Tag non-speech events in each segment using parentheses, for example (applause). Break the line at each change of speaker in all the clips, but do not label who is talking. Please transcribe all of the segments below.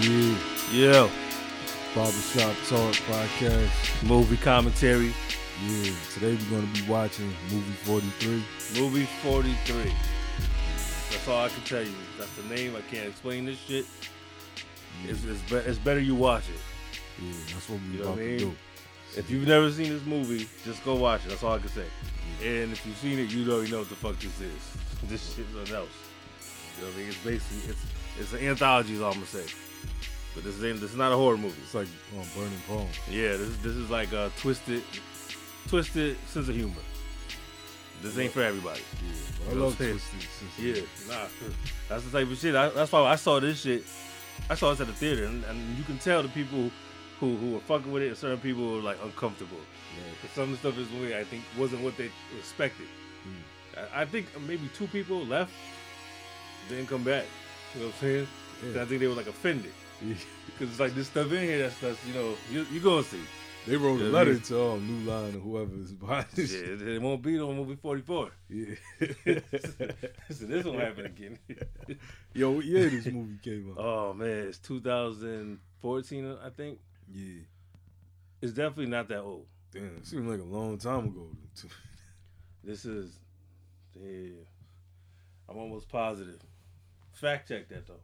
you.
Yeah.
Barbershop Talk Podcast.
Movie commentary.
Yeah, today we're going to be watching movie 43.
Movie 43. That's all I can tell you. That's the name. I can't explain this shit. It's, it's, be- it's better you watch it.
Yeah, that's what
You
we're
know
about
what I
to
mean?
do.
If you've never seen this movie, just go watch it. That's all I can say. And if you've seen it, you already know what the fuck this is. (laughs) This shit's something else. You know what I mean? It's basically it's it's an anthology is all I'm gonna say. But this ain't this is not a horror movie.
It's like um, Burning Palm.
Yeah, this this is like a twisted, twisted sense of humor. This ain't for everybody.
Yeah, but I
You know
love
what I'm
Twisted.
Yeah,
Sister.
nah, that's the type of shit. I, that's why I saw this shit. I saw this at the theater, and, and you can tell the people who who are fucking with it. and Certain people were like uncomfortable.
Yeah.
'Cause some of the stuff is movie I think wasn't what they expected.
Hmm.
I, I think maybe two people left, didn't come back. You know what I'm saying? 'Cause
Yeah.
I think they were like offended (laughs)
Yeah.
because it's like this stuff in here. That's that's you know you you gonna see.
They wrote
Yeah,
a letter
we-
to um, New Line or whoever is behind this.
Yeah, it, it won't be on movie 44.
Yeah.
(laughs) so this won't happen again.
Yo, what year this movie came out?
oh man, it's 2014, I think.
yeah.
It's definitely not that old.
Damn, it seemed like a long time ago.
This is, yeah. I'm almost positive. Fact check that though.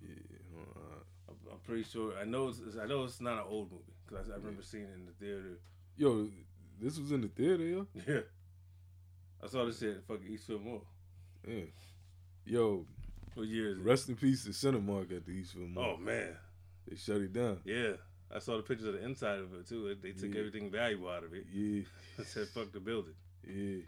yeah. uh,
I'm, I'm pretty sure. I know. It's, it's- I know it's not an old movie because I, I remember seeing it in the theater. (laughs)
Yo, this was in the theater, yo.
Yeah. I saw this shit at fucking Eastfield Mall.
Yeah. Yo,
What year is it?
rest in peace to Cinemark at the Eastfield Mall.
Oh man,
They shut it down.
yeah. I saw the pictures of the inside of it too. They they took
Yeah.
everything valuable out of it.
Yeah,
(laughs) I said, "Fuck the building."
yeah.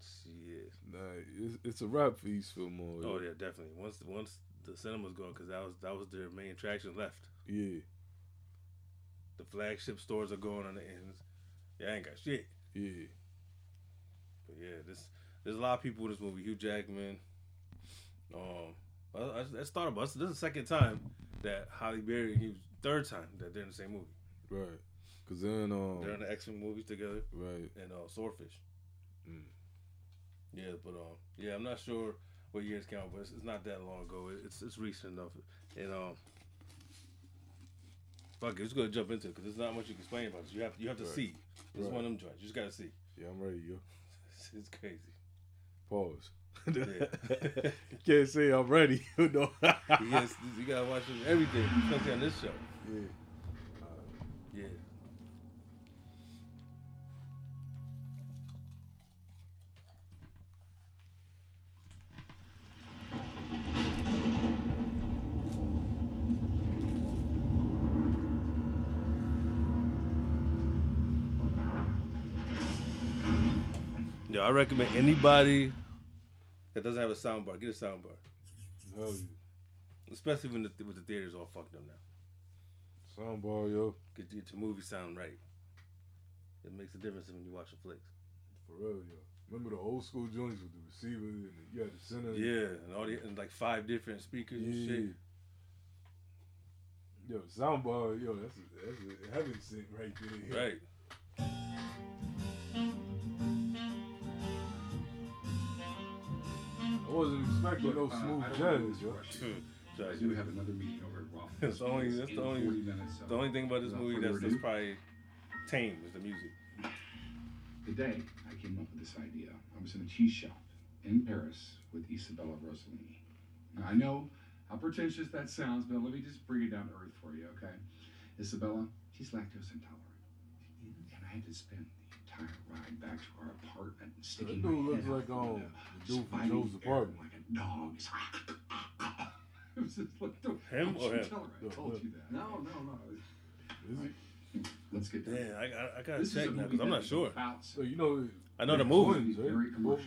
Shit.
Nah, it's, it's a wrap for Eastfield Mall.
Oh
yo.
yeah, definitely. Once once the cinema's gone, because that was that was their main attraction left.
yeah.
The flagship stores are going on the ends. Yeah, I ain't got shit.
yeah, yeah,
But yeah, this there's a lot of people in this movie. Hugh Jackman. Um, I, I, I started. This is the second time that Holly Berry and Hugh. Third time that they're in the same movie.
Right. Cause then um,
They're in the X Men movies together
right.
and uh, Swordfish.
Mm.
Yeah, but um, yeah, I'm not sure what years count, but it's, it's not that long ago. It, it's it's recent enough, and um, fuck, it, it's gonna jump into it because there's not much you can explain about this. You have you have to
Right.
see. It's
Right.
one of them joints. You just gotta see.
Yeah, I'm ready, yo.
It's, (laughs)
(laughs)
it's crazy.
Pause. (laughs)
Yeah.
you can't say I'm ready, (laughs) you know.
You
yeah.
gotta, you gotta watch everything, especially on this show. Yeah. Yeah, I recommend anybody that doesn't have a sound bar, get a sound bar.
Hell yeah.
Especially when the, with the theater's all fucked up now.
Soundbar, yo.
Get, get your movie sound right. It makes a difference when you watch a flick.
For real, yo. Remember the old school joints with the receiver and the, yeah, the center.
Yeah, and all the and like five different speakers and shit.
Yo, soundbar, yo, that's a, that's a heaven sent right there.
Right.
I wasn't expecting no
Uh,
smooth
I don't know
jazz,
who's
yo.
rushing.
So
Hmm. I
I
do
do-
have another meeting over at Raw.
That's the only- that's the only- the only thing about this
Without
movie
further
that's, that's
ado.
probably tame is the music.
Today, I came up with this idea. I was in a cheese shop in Paris with Isabella Rossellini. Now, I know how pretentious that sounds, but let me just bring it down to earth for you, okay? Isabella, she's lactose intolerant. And I had to spend the entire ride back to our apartment
That
sticking
dude
my
looks
head out
like
the
um
window,
the dude from
spying
Joe's
(laughs) the air
apartment.
Like a dog. it was just like, don't,
Him
don't
or
you
him?
tell her I
No, no.
told you that. No, no, no.
Is it?
Let's get down.
Damn, I, I, I gotta
This is a
check now
movie
because I'm
that
not
is
sure.
about-
So you know,
I know the
Yeah,
movie,
It's very commercial.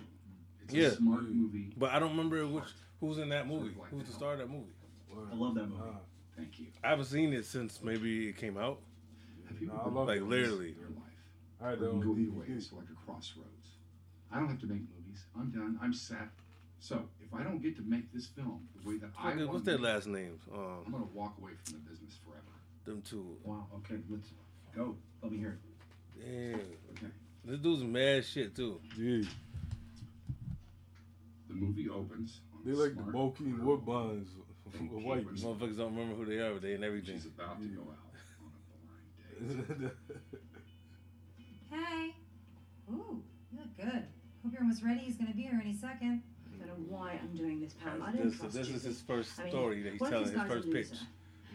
It's
Yeah.
a smart movie.
but I don't remember which who's in that movie. Who's the star of that movie?
Word.
I love that movie.
Nah,
Thank you.
I haven't seen it since maybe it came out.
Have you
nah, I
ever
love
Like
it.
been
literally.
in your life?
I
Or you
don't
go
DVD.
either way. It's like a crossroads. I don't have to make movies. I'm done. I'm set. So if I don't get to make this film the way that I
Fuck it,
want,
What's their last names? Um,
I'm gonna walk away from the business forever.
them two.
Wow. Okay. Let's go. Let me hear
Damn,
it. Okay.
this dude's mad shit too.
Yeah,
The movie opens. On
they
a
like the
smart
bulky
girl.
wood bonds
Thank you.
White
Motherfuckers don't remember who they are, but they in everything.
She's about to go out on a blind date.
Hey. Ooh, you look good. Hope you're almost ready. He's gonna be here any second.
I don't know why I'm doing this, Pam. I don't
This,
trust
this
you.
is his first
I mean,
story that he's
what if
telling,
this
his
guy's a
first pitch.
loser?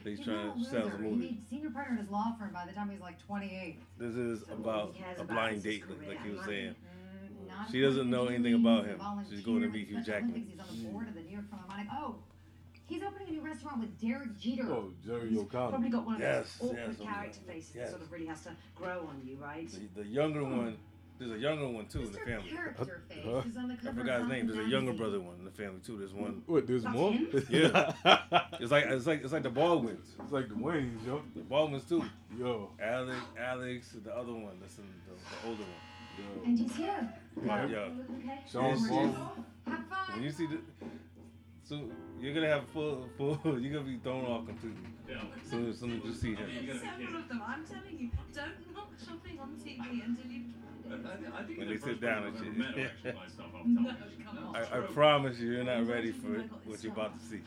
That he's
He's
trying
not
to sell as a
loser.
movie.
He made senior partner at his law firm by the time he was like 28.
This is
So
about
he cares
a
about
blind
his
date,
career,
like you were
not
saying.
Mm, not
She doesn't
important
know
to
anything
me.
about
He's a
him.
volunteer
She's going to
with (laughs)
meet Hugh
Special
Jackman.
Olympics. He's on the board of the New York Philharmonic. Oh, he's opening a new restaurant with Derek Jeter.
oh, Jerry
He's Probably
O'Connor.
got one of
Yes,
those
yes,
awkward
I'm-
character faces
yes.
that sort
(laughs)
(laughs)
of really has to grow on you, right?
The, the younger one, there's a younger one too in the
Mr.
family.
Character Face
Huh?
is on the
I
cover
forgot
of
his name. There's a
Time
younger
magazine.
brother one in the family too. There's
(laughs)
one.
What? There's
That's
more.
him?
(laughs)
Yeah. It's like it's like it's like the Baldwins.
It's like the Waynes, yo.
The Baldwins too.
Yo,
Alex, Alex, the other one. That's in the, the older one.
yo.
And he's here.
Yeah.
Okay.
Sean
Yes,
Paul.
yes.
Have fun.
When you see the, so you're gonna have full full. (laughs) You're gonna be thrown off completely.
Yeah.
As soon as soon as you see him.
Several of them. I'm telling you, don't knock shopping on TV until you've
I, I think
When
the
they
first
sit down
person
and
I've ever
shit.
met who actually buys stuff off
No,
television.
come
No,
on.
it's
I, I
true.
promise you, you're not ready for what you're about to see.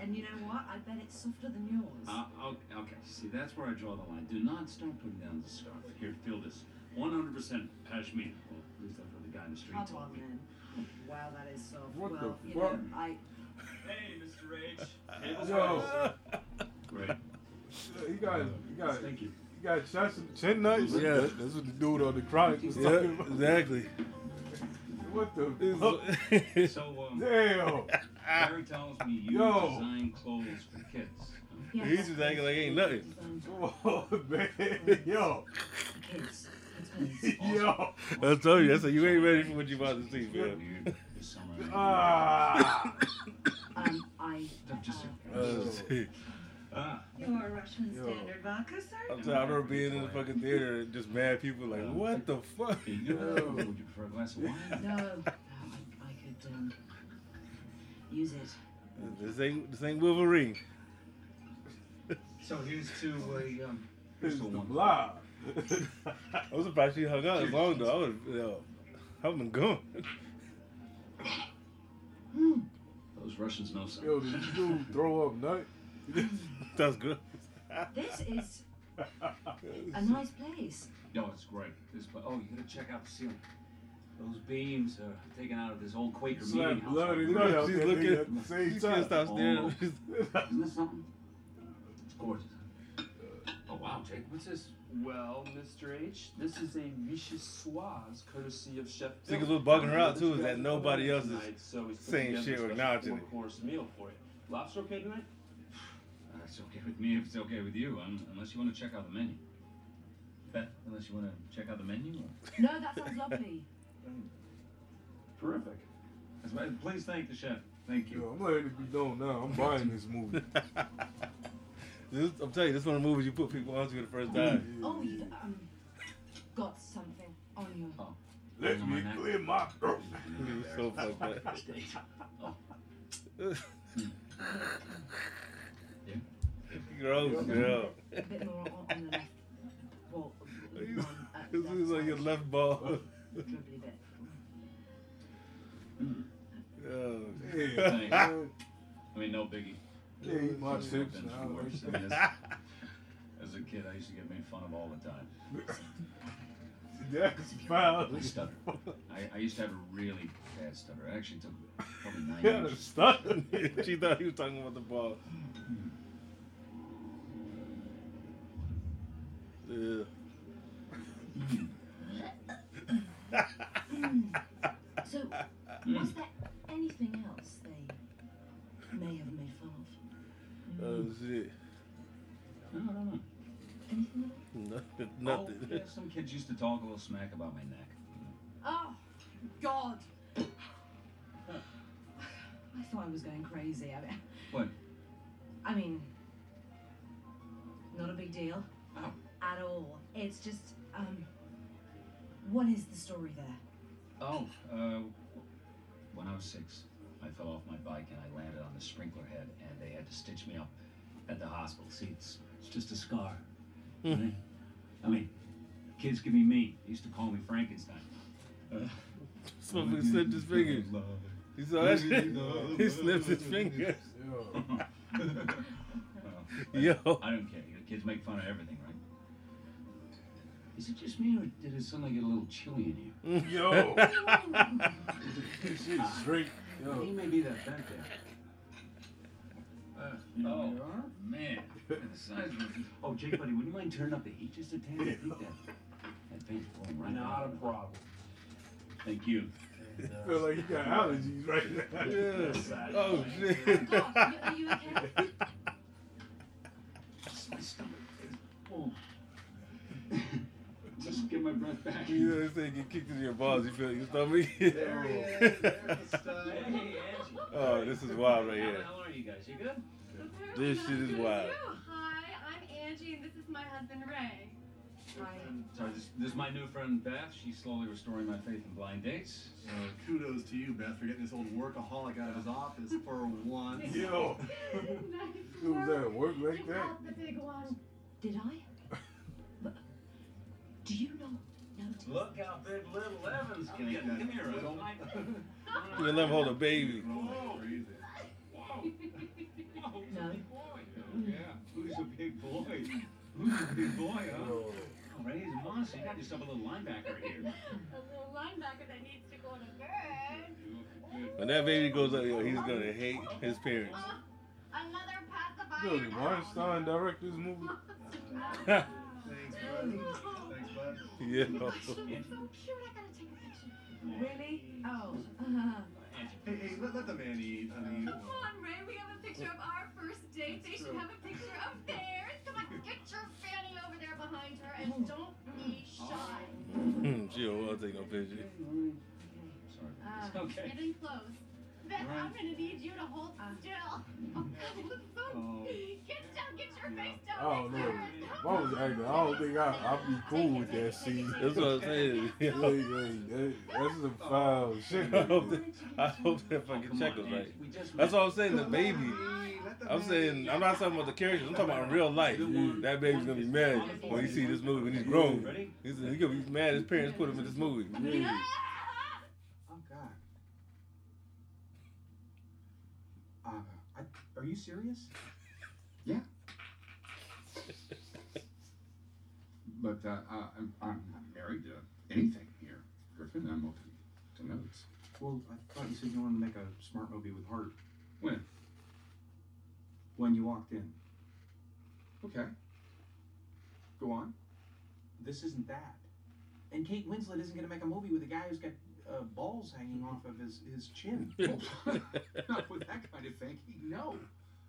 And you know what? I bet it's softer than yours.
Uh, o- okay, see, that's where I draw the line. Do not start putting down the scarf. Here, feel this. 100% pashmina. Well, at least that's what the guy in the street
Come
told
on,
me.
then. Wow, that is soft.
What the
well, you
fuck?
know, I
Hey, Mr. H.
Yo,
Great.
he got, he got,
Thank you.
he got chest, chin nuts.
Yeah.
that's what the dude on the chronic was
Yeah,
talking about.
exactly.
What the? Fuck?
(laughs) It's-
(laughs) So, um,
Damn.
Barry tells me you
Yo.
design clothes for
(laughs)
kids.
yeah,
He's just acting like ain't nothing.
um,
Oh man, (laughs) yo,
Kids. It's
(laughs)
been-
yo,
I told you, I said you ain't ready for what you about to see, man.
Weird.
(laughs)
This summer.
ah, Oh.
Um, I.
Don't just-
Uh,
Ah,
You are a Russian
Yo. Um,
standard vodka, sir?
I'm tired of her being in the fucking theater and just mad people like, what the fuck?
hey, you know, would you prefer a glass of wine?
No, no, I, I could um, use it.
(laughs) This ain't this ain't Wolverine.
So here's to a um,
this is
here's to one.
(laughs)
live.
I'm surprised she hung out as long though. I would, you know, I've been gone.
Those Russians know something.
Yo, did this dude throw up nut?
(laughs) That's good.
This is a nice place.
No, it's great. This pla- oh, you gotta check out the ceiling. Those beams are taken out of this old Quaker meeting
Slap
house. Oh.
blood and
Look,
nut out
she's
that
looking-
nigga at the
She
same
can't
time.
stop staring.
Isn't that something? It's gorgeous. Oh wow, Jake, what's this?
Well, Mr. H, this is a Vichyssoise courtesy of Chef
See, 'cause
Bill.
what's bugging her out,
This
too, is
guy's
that
going
nobody else is
tonight, so he's put
saying
together
shit
a
or
special
acknowledging it.
Four-course meal for you. Lobster okay tonight?
Uh, it's okay with me if it's okay with you, un- unless you want to check out the menu. Beth, unless you want to check out the menu. Or...
No, that sounds lovely.
Terrific.
That's why- Please thank the chef. Thank you.
Yo, I'm letting it be
(laughs)
Oh.
known now. I'm buying this movie.
This, I'm telling you, this one of the movies you put people onto the first
Mm.
time.
Oh, you um, got something on you.
Let me clear my throat.
He was Mm-hmm. so fucked up. Gross, girl.
A bit more on, on the left.
(laughs)
Well,
He's-
on, uh,
This is like your
left
left ball.
side, dribbly bit.
Oh,
Yeah, man.
I mean, no biggie.
They ate my
I've
chips
been through
now.
worse than this.
(laughs)
As a kid, I used to get made fun of all the time.
That's foul.
I stutter. I, I used to have a really bad stutter. It actually took probably nine
Yeah,
(laughs)
years.
it's stuck.
she thought he was talking about the ball. Yeah.
So,
Mm.
was there anything else they may have made fun of?
(laughs) Oh shit.
No, no, no.
Anything else?
Nothing.
Oh,
Nothing.
yeah, some kids used to talk a little smack about my neck.
Oh, God.
I thought I was going crazy. I mean,
What?
I mean, not a big deal
Oh.
at all. It's just, um, what is the story there?
Oh, uh, when I was six, I fell off my bike and I landed on the sprinkler head, and they had to stitch me up at the hospital. See, it's, it's just a scar.
Hmm.
right? I mean, kids can be mean. They used to call me Frankenstein. Uh,
Somebody slipped his fingers.
Love
(laughs)
(laughs)
He saw that shit. He slipped his fingers.
Yo,
it.
Yo.
I don't care. Your kids make fun of everything, right? Is it just me, or did it suddenly get a little chilly in
(laughs)
here?
(laughs)
Yo. This shit is straight.
He
Yo.
may be that back there. Uh, oh
you are?
man, the size of (laughs) Oh, Jake, buddy, would you mind turning up the heat just a tad? I think that that thing's blowing right
Not a
out.
problem.
Thank you.
Feel like you got allergies right
(laughs)
now.
Yeah.
(laughs)
Oh shit.
God, you- are you okay?
Just my stomach. Oh. (laughs) just get my breath back.
You know what I'm saying? Get kicked in your balls. You feel your stomach. (laughs)
There he is. There's the stud. Hey, Angie.
oh, this is wild right here.
How are you guys? You good?
Apparently
This
I'm
shit is
good as
wild.
you. Hi, I'm Angie, and this is my husband Ray.
Right.
uh,
Sorry, this, this is my new friend Beth. She's slowly restoring my faith in blind dates.
So kudos to you, Beth, for getting this old workaholic out of his office for once.
Yo.
nice
Who was
work.
that? Work like
You
that?
got the big one.
Did I? But do you not notice?
Look how big little Evans can get. Come here, Evan. (laughs)
You let him hold a baby.
Whoa. Crazy.
No.
Yeah, who's a big boy? Who's a big boy, huh?
Yo.
Oh, Ray, he's a monster. You got yourself a little linebacker here.
(laughs) A little linebacker that needs to go to bed.
When that baby goes up, yo, he's gonna hate his parents.
Oh, another pack of
Yo, did
(laughs)
Weinstein direct this movie?
Thanks, bud. Thanks, bud.
yeah.
so cute, I gotta take a picture.
Really? Oh.
Uh-huh.
Uh,
Hey, hey, let, let the man eat, honey.
Come on, Ray, we have a picture of our first date. They should have a picture of theirs. Come on, get your fanny over there behind her and
Oh.
don't be shy.
Hmm, she don't want to take no picture.
uh,
Sorry. Okay.
Ah, Getting close. Beth, I'm gonna need you to hold
Ah.
still.
Oh.
(laughs) Get down, get your face down.
I
Oh,
don't
next
know.
to
If I
her.
was acting, I don't think I, I'd be cool with that scene.
That's what I'm saying.
Like, like, that, that's some foul shit.
I hope that, I hope that fucking check was right. That's what I'm saying. The baby.
Let the
I'm
man
saying. I'm not talking about the characters. I'm talking about in real life. That baby's gonna be mad when he see this movie when he's grown.
Ready?
He's, he's gonna be mad. His parents put him in this movie.
Yeah.
Oh, God. Uh, I, are you serious?
But uh, I- I'm, I'm not married to anything here, Griffin. I'm open to notes.
Well, I thought you said you wanted to make a smart movie with heart.
When?
When you walked in.
Okay. Go on.
This isn't that. And Kate Winslet isn't going to make a movie with a guy who's got uh, balls hanging off of his, his chin. (laughs)
not with that kind of thinking. No.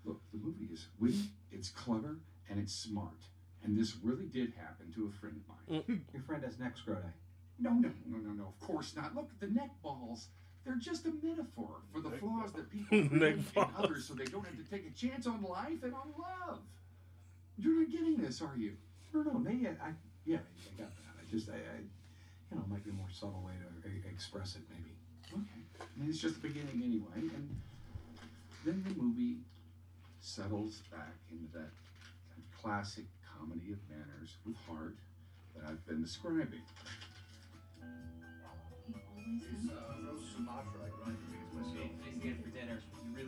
Look, the movie is witty, it's clever, and it's smart. And this really did happen to a friend of mine.
Your friend has neck eh? scroti.
No, no, no, no, no. Of course not. Look, the neck balls. They're just a metaphor for the flaws that
(laughs)
people
Neck
create in
balls.
others so they don't have to take a chance on life and on love. You're not getting this, are you?
No, no, maybe I, I yeah, I got that. I just, I, I, you know, might be a more subtle way to e- express it, maybe.
Okay. I mean, it's just the beginning anyway. And then the movie settles back into that, that classic comedy of manners with heart that I've been describing.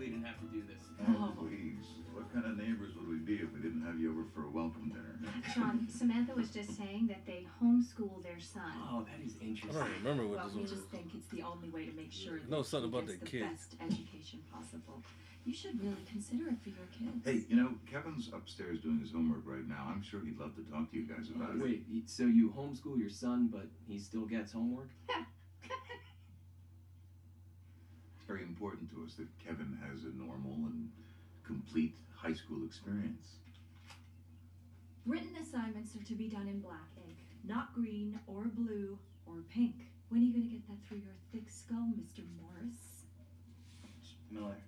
Oh.
Please, what kind of neighbors would we be if we didn't have you over for a welcome dinner?
Sean, Samantha was just saying that they homeschool their son.
Oh, that is
I don't
interesting.
remember what
Well,
this
we
one was.
just think it's the only way to make sure that
No, something
he
about
gets
the
the
kid.
best education possible. You should really consider it for your kids.
Hey, you know, Kevin's upstairs doing his homework right now. I'm sure he'd love to talk to you guys about it.
Oh, Wait, so you homeschool your son, but he still gets homework?
It's very important to us that Kevin has a normal and complete high school experience.
Written assignments are to be done in black ink, not green or blue or pink. When are you going to get that through your thick skull, Mr. Morris?
Miller.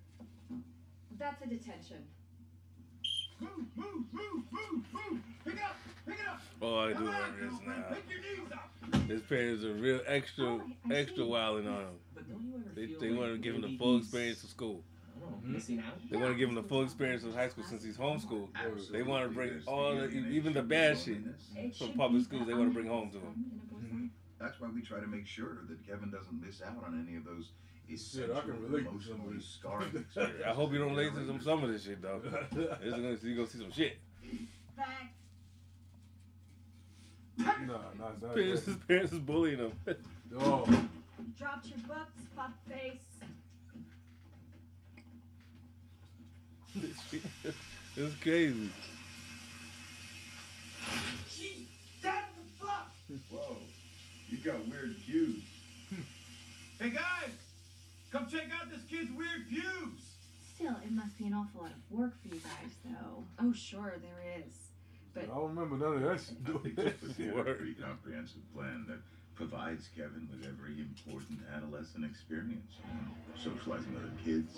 That's a detention.
Move, move, move, move, move. Pick it up, pick it up.
Oh, I do
Come on,
remember this
girlfriend,
now.
Pick your knees up.
His parents are real extra, extra wilding on him.
But don't you ever
They,
feel
they
like
want to give him the
maybe
full
he's,
experience of school.
I don't know, missing out?
They want to give him the full experience of high school since he's homeschooled.
Absolutely,
wanna bring
there's
all the- e,
alienation
even the
and
bad shit.
loneliness.
It
From
should
public
be
schools,
the
they wanna
honor
bring
of
home
the
to 'em.
son in a boy's
Mhm.
life.
That's why we try to make sure that Kevin doesn't miss out on any of those
Shit, I
essential,
can relate to
emotionally
somebody. (laughs)
scarring experiences.
I hope you don't relate to
Generations.
some some of this shit though. It's gonna, you're gonna see some shit.
Fact.
Nah, not that.
Parents, his parents is bullying him. (laughs)
Oh,
Dropped your books, fuckface.
it's crazy.
Gee, that's the fuck!
Whoa, you got weird views.
Hey guys, come check out this kid's weird pubes.
Still, it must be an awful lot of work for you guys, though. Oh, sure, there is.
I don't remember none of that shit.
I think this was a
Word.
pretty comprehensive plan that provides Kevin with every important adolescent experience. Socializing with other kids,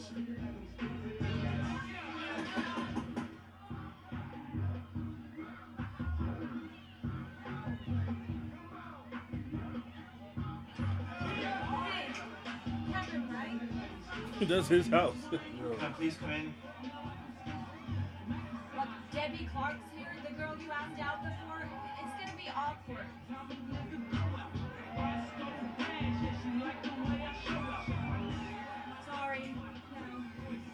Kevin, right?
That's his house.
Can I please come in?
Look, Debbie Clark's here, the girl you asked out before. It's gonna be awkward. Sorry.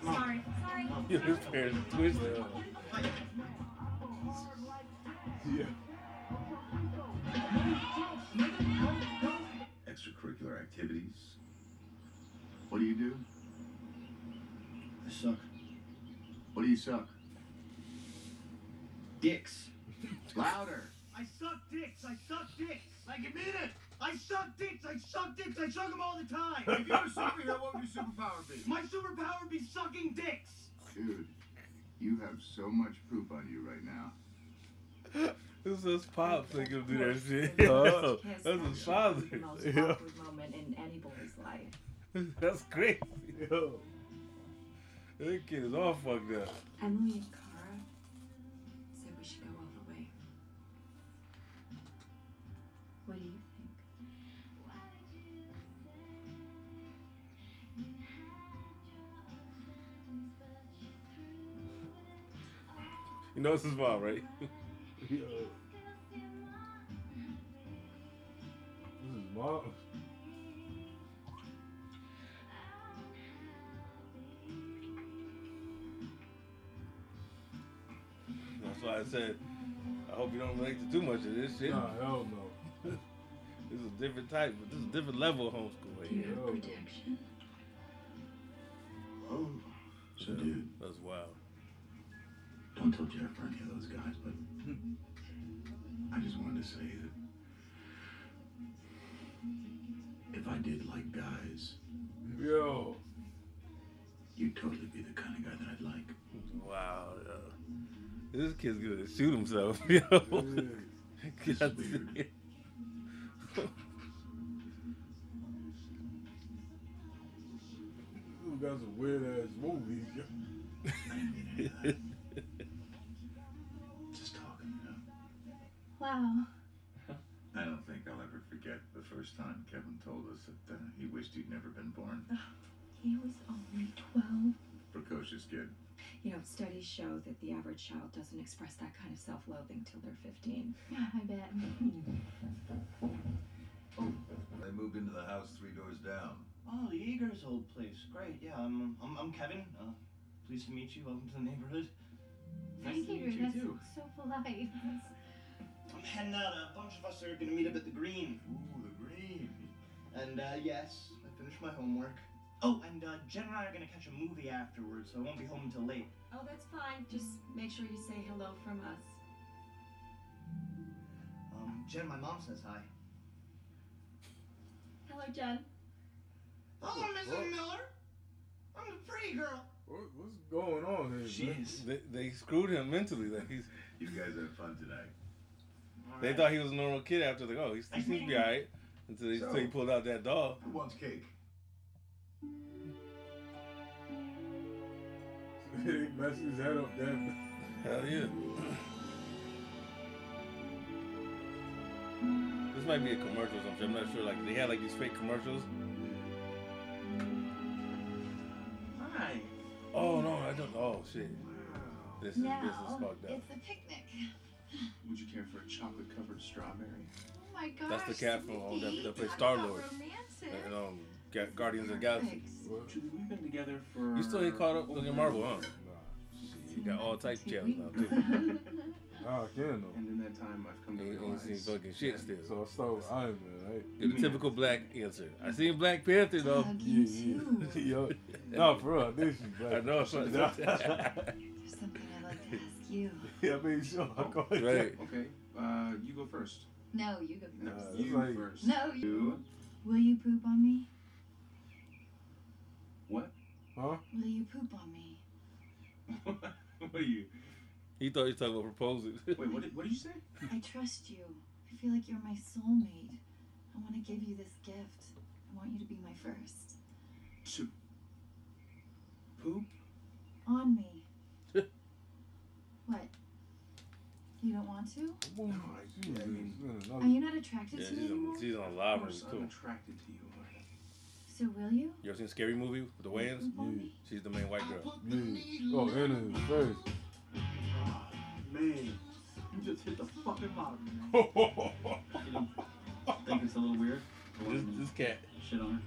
No. Sorry. Sorry.
Yo, his parents are twisted.
Yeah.
extracurricular activities. What do you do? I suck. What do you suck? (laughs) Dicks. Louder.
I suck dicks. I suck dicks. Like admit it. I suck dicks. I suck dicks. I suck them all the time.
If you were a superhero, what would your superpower be?
My superpower would be sucking dicks.
Dude, you have so much poop on you right now.
This is pop thinking of do that shit.
First kiss
That's
actually
his
is
father.
The
(laughs)
most
Yeah.
awkward moment in any boy's life.
(laughs) That's crazy. Yo. That kid is all fucked up.
Emily and Cara said we should go all the way. What do you think?
You know it's his mom, right? (laughs)
Yo. This is mom.
That's why I said, I hope you don't relate to too much of this shit.
Nah, hell no.
(laughs) This is a different type, but this is a different level of homeschooling.
Do you have protection?
Oh, so dude,
That's wild.
don't tell Jeff or any of those guys, but I just wanted to say that if I did like guys,
Yo.
you'd totally be the kind of guy that I'd like.
Wow. yo. This kid's gonna shoot himself, (laughs) yo.
This is
God
weird.
damn.
You guys are weird ass
(laughs)
movies. yo.
I didn't mean any of that. Just talking, you know.
Wow.
I don't think I'll ever forget the first time Kevin told us that uh, he wished he'd never been born.
He was only 12.
Precocious kid.
You know, studies show that the average child doesn't express that kind of self loathing till they're 15. Yeah, I (laughs) bet.
Oh. They moved into the house three doors down.
Oh, the Eager's old place. Great. Yeah, I'm I'm, I'm Kevin. Uh, pleased to meet you. Welcome to the neighborhood.
Thank
to
you.
meet
That's
too.
so polite.
I'm heading out. A bunch of us are gonna meet up at the Green.
Ooh, the green.
And uh, yes, I finished my homework. Oh, and uh, Jen and I are gonna catch a movie afterwards, so I won't be home until late.
oh, that's fine. Just make sure you say hello from us.
Um, Jen, my mom says hi.
Hello, Jen.
Hello,
What?
Mrs. Miller. I'm the pretty girl.
What, what's going on here? man?
They, they screwed him mentally. Like he's,
You guys have fun tonight.
they thought he was a normal kid after like, oh, he's, he seems to
(laughs)
be alright. Until they until he pulled out that dog.
Who wants cake? (laughs)
they messed his head up that
Hell yeah. This might be a commercial or something. I'm not sure. Like they had like these fake commercials.
Hi.
Oh no, I don't. Oh shit. This is this
oh,
Now,
is fucked up.
it's a picnic.
Would you care for a chocolate covered strawberry?
Oh my gosh.
That's the cat from um, that,
sweetie.
that plays
Talk
Star
about
Lord.
Romantic.
And, um, Ga- Guardians of the Galaxy.
Julie, we've been together for.
You still ain't caught up with your Marvel, huh?
Nah.
(laughs)
You got all types of channels now too.
Ah, I can though.
And in that time, I've come to
You only seen
realize.
fucking shit still.
So I start with Iron Man, right?
The typical black answer. I seen Black Panther though.
Yeah, yeah. (laughs) Yo, no, for real, I think she's
(laughs)
black. (laughs)
I know, I saw that.
There's something I'd like to ask you.
Yeah, I mean, sure. I call
(laughs)
it (laughs)
Right.
Okay, uh, you go first.
No, you go
No,
first.
you
like-
first.
No,
you.
Will you poop on me?
What?
Huh?
Will you poop on me?
what are you?
He thought he was talking about proposing.
Wait, what did, what did you say?
I trust you. I feel like you're my soulmate. I want to give you this gift. I want you to be my first.
To poop? (laughs)
On me. what? You don't want to?
Oh
Yeah, I mean,
Are you not attracted
Yeah,
to me
she's on,
anymore?
she's on live room
I'm
too.
attracted to you. Lori.
So will you?
You ever seen Scary Movie with the Wayans? She's the main white girl.
yeah. Oh, and his face.
Man, you just hit the fucking bottom.
You know, think it's a little weird.
This, this cat,
Shit on her.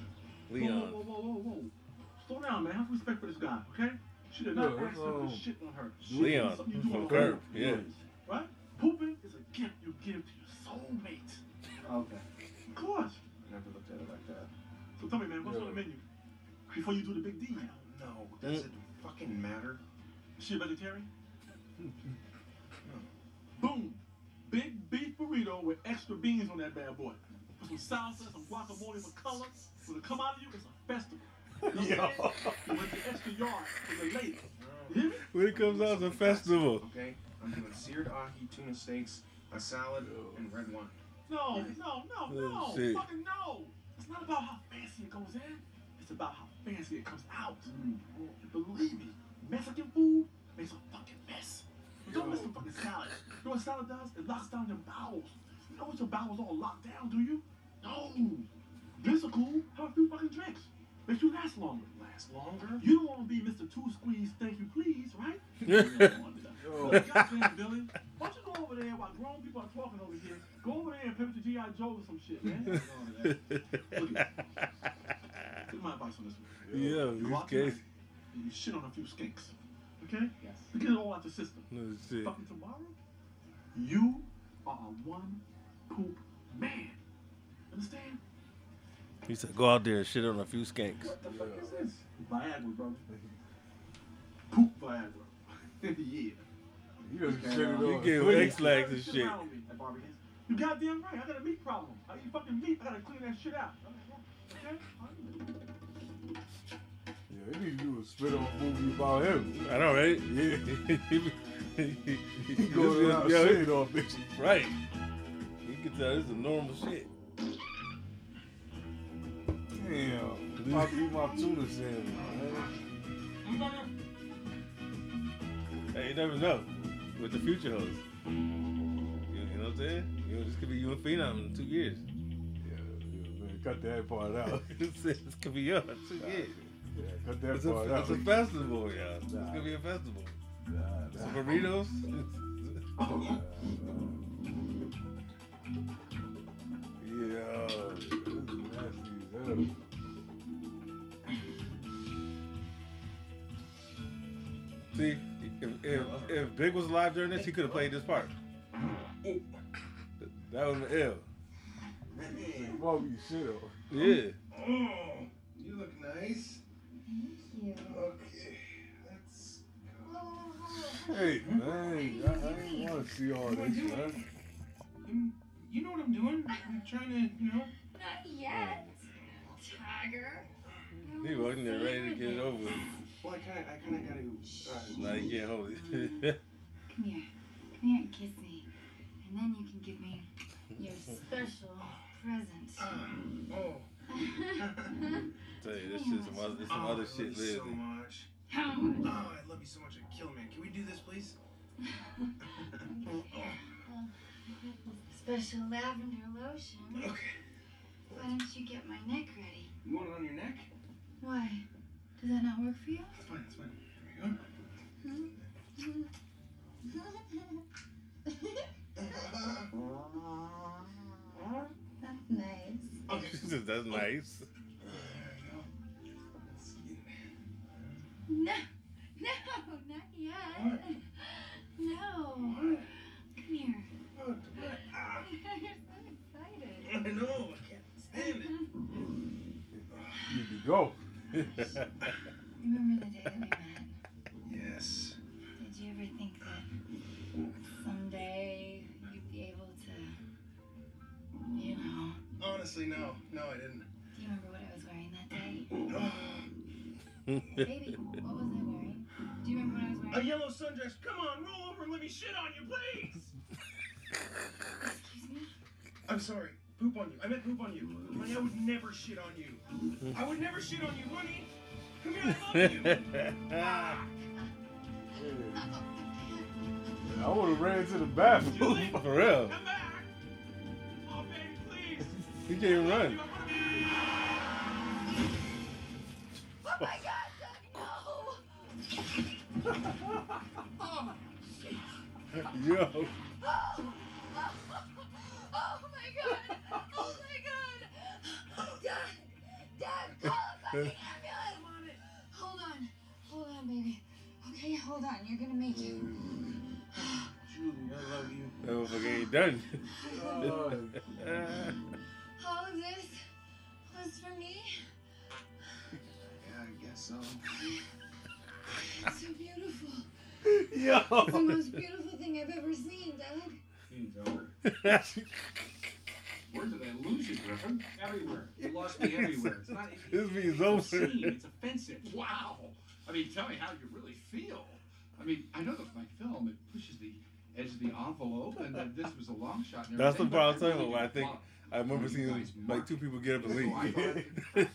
Whoa,
Leon.
whoa, whoa, whoa, whoa. Slow down, man. Have respect for this guy, okay? She did not
Yeah,
ask him
um,
to shit on her. Shit
Leon
is something you do on
from
her.
Curb. Yeah.
Right? Pooping is a gift you give to your soulmate.
Okay.
Of course. I never looked at it like that. So tell me, man, what's on the menu? Before you do the big D.
No, does it fucking matter?
Is she a (laughs) vegetarian? Boom. Big beef burrito with extra beans on that bad boy. With some salsa, some guacamole for color. When it come out of you, it's a festival. You know what I'm saying? And With the extra yard for the lady. You hear me?
(laughs) When it comes out, it's a festival.
Okay, I'm doing seared ahi tuna steaks, a salad, and red wine.
No, no, no, no.
Oh, shit.
Fucking no. It's not about how fancy it goes in. It's about how fancy it comes out. And believe me, Mexican food makes a fucking mess. Don't miss the fucking salad. You know what salad does? It locks down your bowels. You know what your bowels all locked down, do you? No. This is cool. Have a few fucking drinks. Makes you last longer.
Last longer?
You don't want to be Mr. Two Squeeze, thank you, please,
(laughs)
right? You don't wanna do that. Look, goddamn, Billy, why don't you go over there while grown people are talking over here? Go over there and pimp the G.I. Joe or some shit, man. Go over there. Take my advice on this one.
(laughs) Yeah,
you
this
go out
case-
tonight, and You shit on a few skinks, okay? Yes. You get it all out the system.
No shit.
Fucking tomorrow, you are a one poop man. Understand?
He said, go out there and shit on a few skanks.
What the fuck is this? Viagra, brother. Poop Viagra. (laughs) yeah.
You just
Okay,
shit it
uh,
on.
you get
Swing it.
X lax and
Shit
shit.
around me at Barbie Hands. You goddamn right. I got a meat problem. I eat fucking meat. I gotta clean that shit out. Okay?
Yeah, they need to do a spit off movie about him.
I know, right?
Yeah. (laughs) He
he
going around shit off bitches.
Right. You can tell this is normal shit.
Damn. About to eat my tuna sandwich, man.
Hey, you never know what the future holds. You, you know what I'm saying? You know, this could be you and Phenom in two years.
Yeah, yeah, man. Cut that part out.
(laughs) this could be you in two years.
Yeah, cut that
It's
part
a,
out.
it's a festival, y'all. It's gonna be a festival.
Nah,
Some
nah. (laughs)
burritos.
Yeah, this is nasty
See, if, if, if Big was alive during this, he could have played this part. That was an L.
as hell. Smoke you shit off.
Yeah.
Oh, you look nice.
Thank you. Oh,
Okay, let's
Hey, man, I, I didn't want to see all this, man.
You, you know what I'm
(laughs)
doing? I'm trying to, you know.
Not yet, Tiger.
He wasn't there ready to get it over with.
Well, I kind of, I kind of gotta. uh,
Now he can't hold it. (laughs)
Come here. Come here and kiss me. And then you can give me
(laughs)
your special present.
Uh,
(laughs)
oh,
tell you, this shit, some other, there's some
oh,
other
I love
shit
you
lives
so
in.
uh,
much.
How
Oh,
much?
I love you so much. I kill man. Can we do this, please? (laughs)
Special lavender lotion.
Okay.
Why don't you get my neck ready?
You want it on your neck?
Why? Does that not work for you?
It's fine. It's fine. There you
(laughs) That's nice.
go. Okay.
She says, That's nice.
There you go. Let's get it.
No, no, not yet. No.
What?
I know. I can't stand it.
You can go. (laughs)
Remember the day that we met?
Yes.
Did you ever think that someday you'd be able to, you know?
Honestly, no. No, I didn't.
Do you remember what I was wearing that day?
Baby,
what was I wearing? Do you remember what I was
A
wearing?
yellow sundress. Come on, roll over and let me shit on you, please.
Excuse me?
I'm sorry. Poop on you. I meant poop on you. Honey, I would never shit on you. I would never shit on you, honey. Come here, I love you. Ah.
I would have ran to the bathroom.
(laughs) For real. He can't even run.
Oh my god, Doug, no! oh, shit.
Yo.
Oh, oh my god! Oh my god! Dad! Dad, call a fucking ambulance!
Hold on. Hold on, baby. Okay, hold on. You're gonna make it.
Julie, I love you.
That motherfucker
(laughs)
ain't done.
All of this was for me?
Yeah, I guess so.
It's so beautiful.
Yo.
It's the most beautiful thing I've ever seen, Doug.
Scene's over. Where did I lose you, Griffin?
Everywhere. You lost me everywhere. It's not
This means
it's
over.
obscene. It's offensive. Wow. I mean, tell me how you really feel. I mean, I know that my film it pushes the edge of the envelope, and that this was a long shot. and
That's the
everything,
part I was
but
talking about.
really
I think I remember seeing like two people get up and leave. (laughs)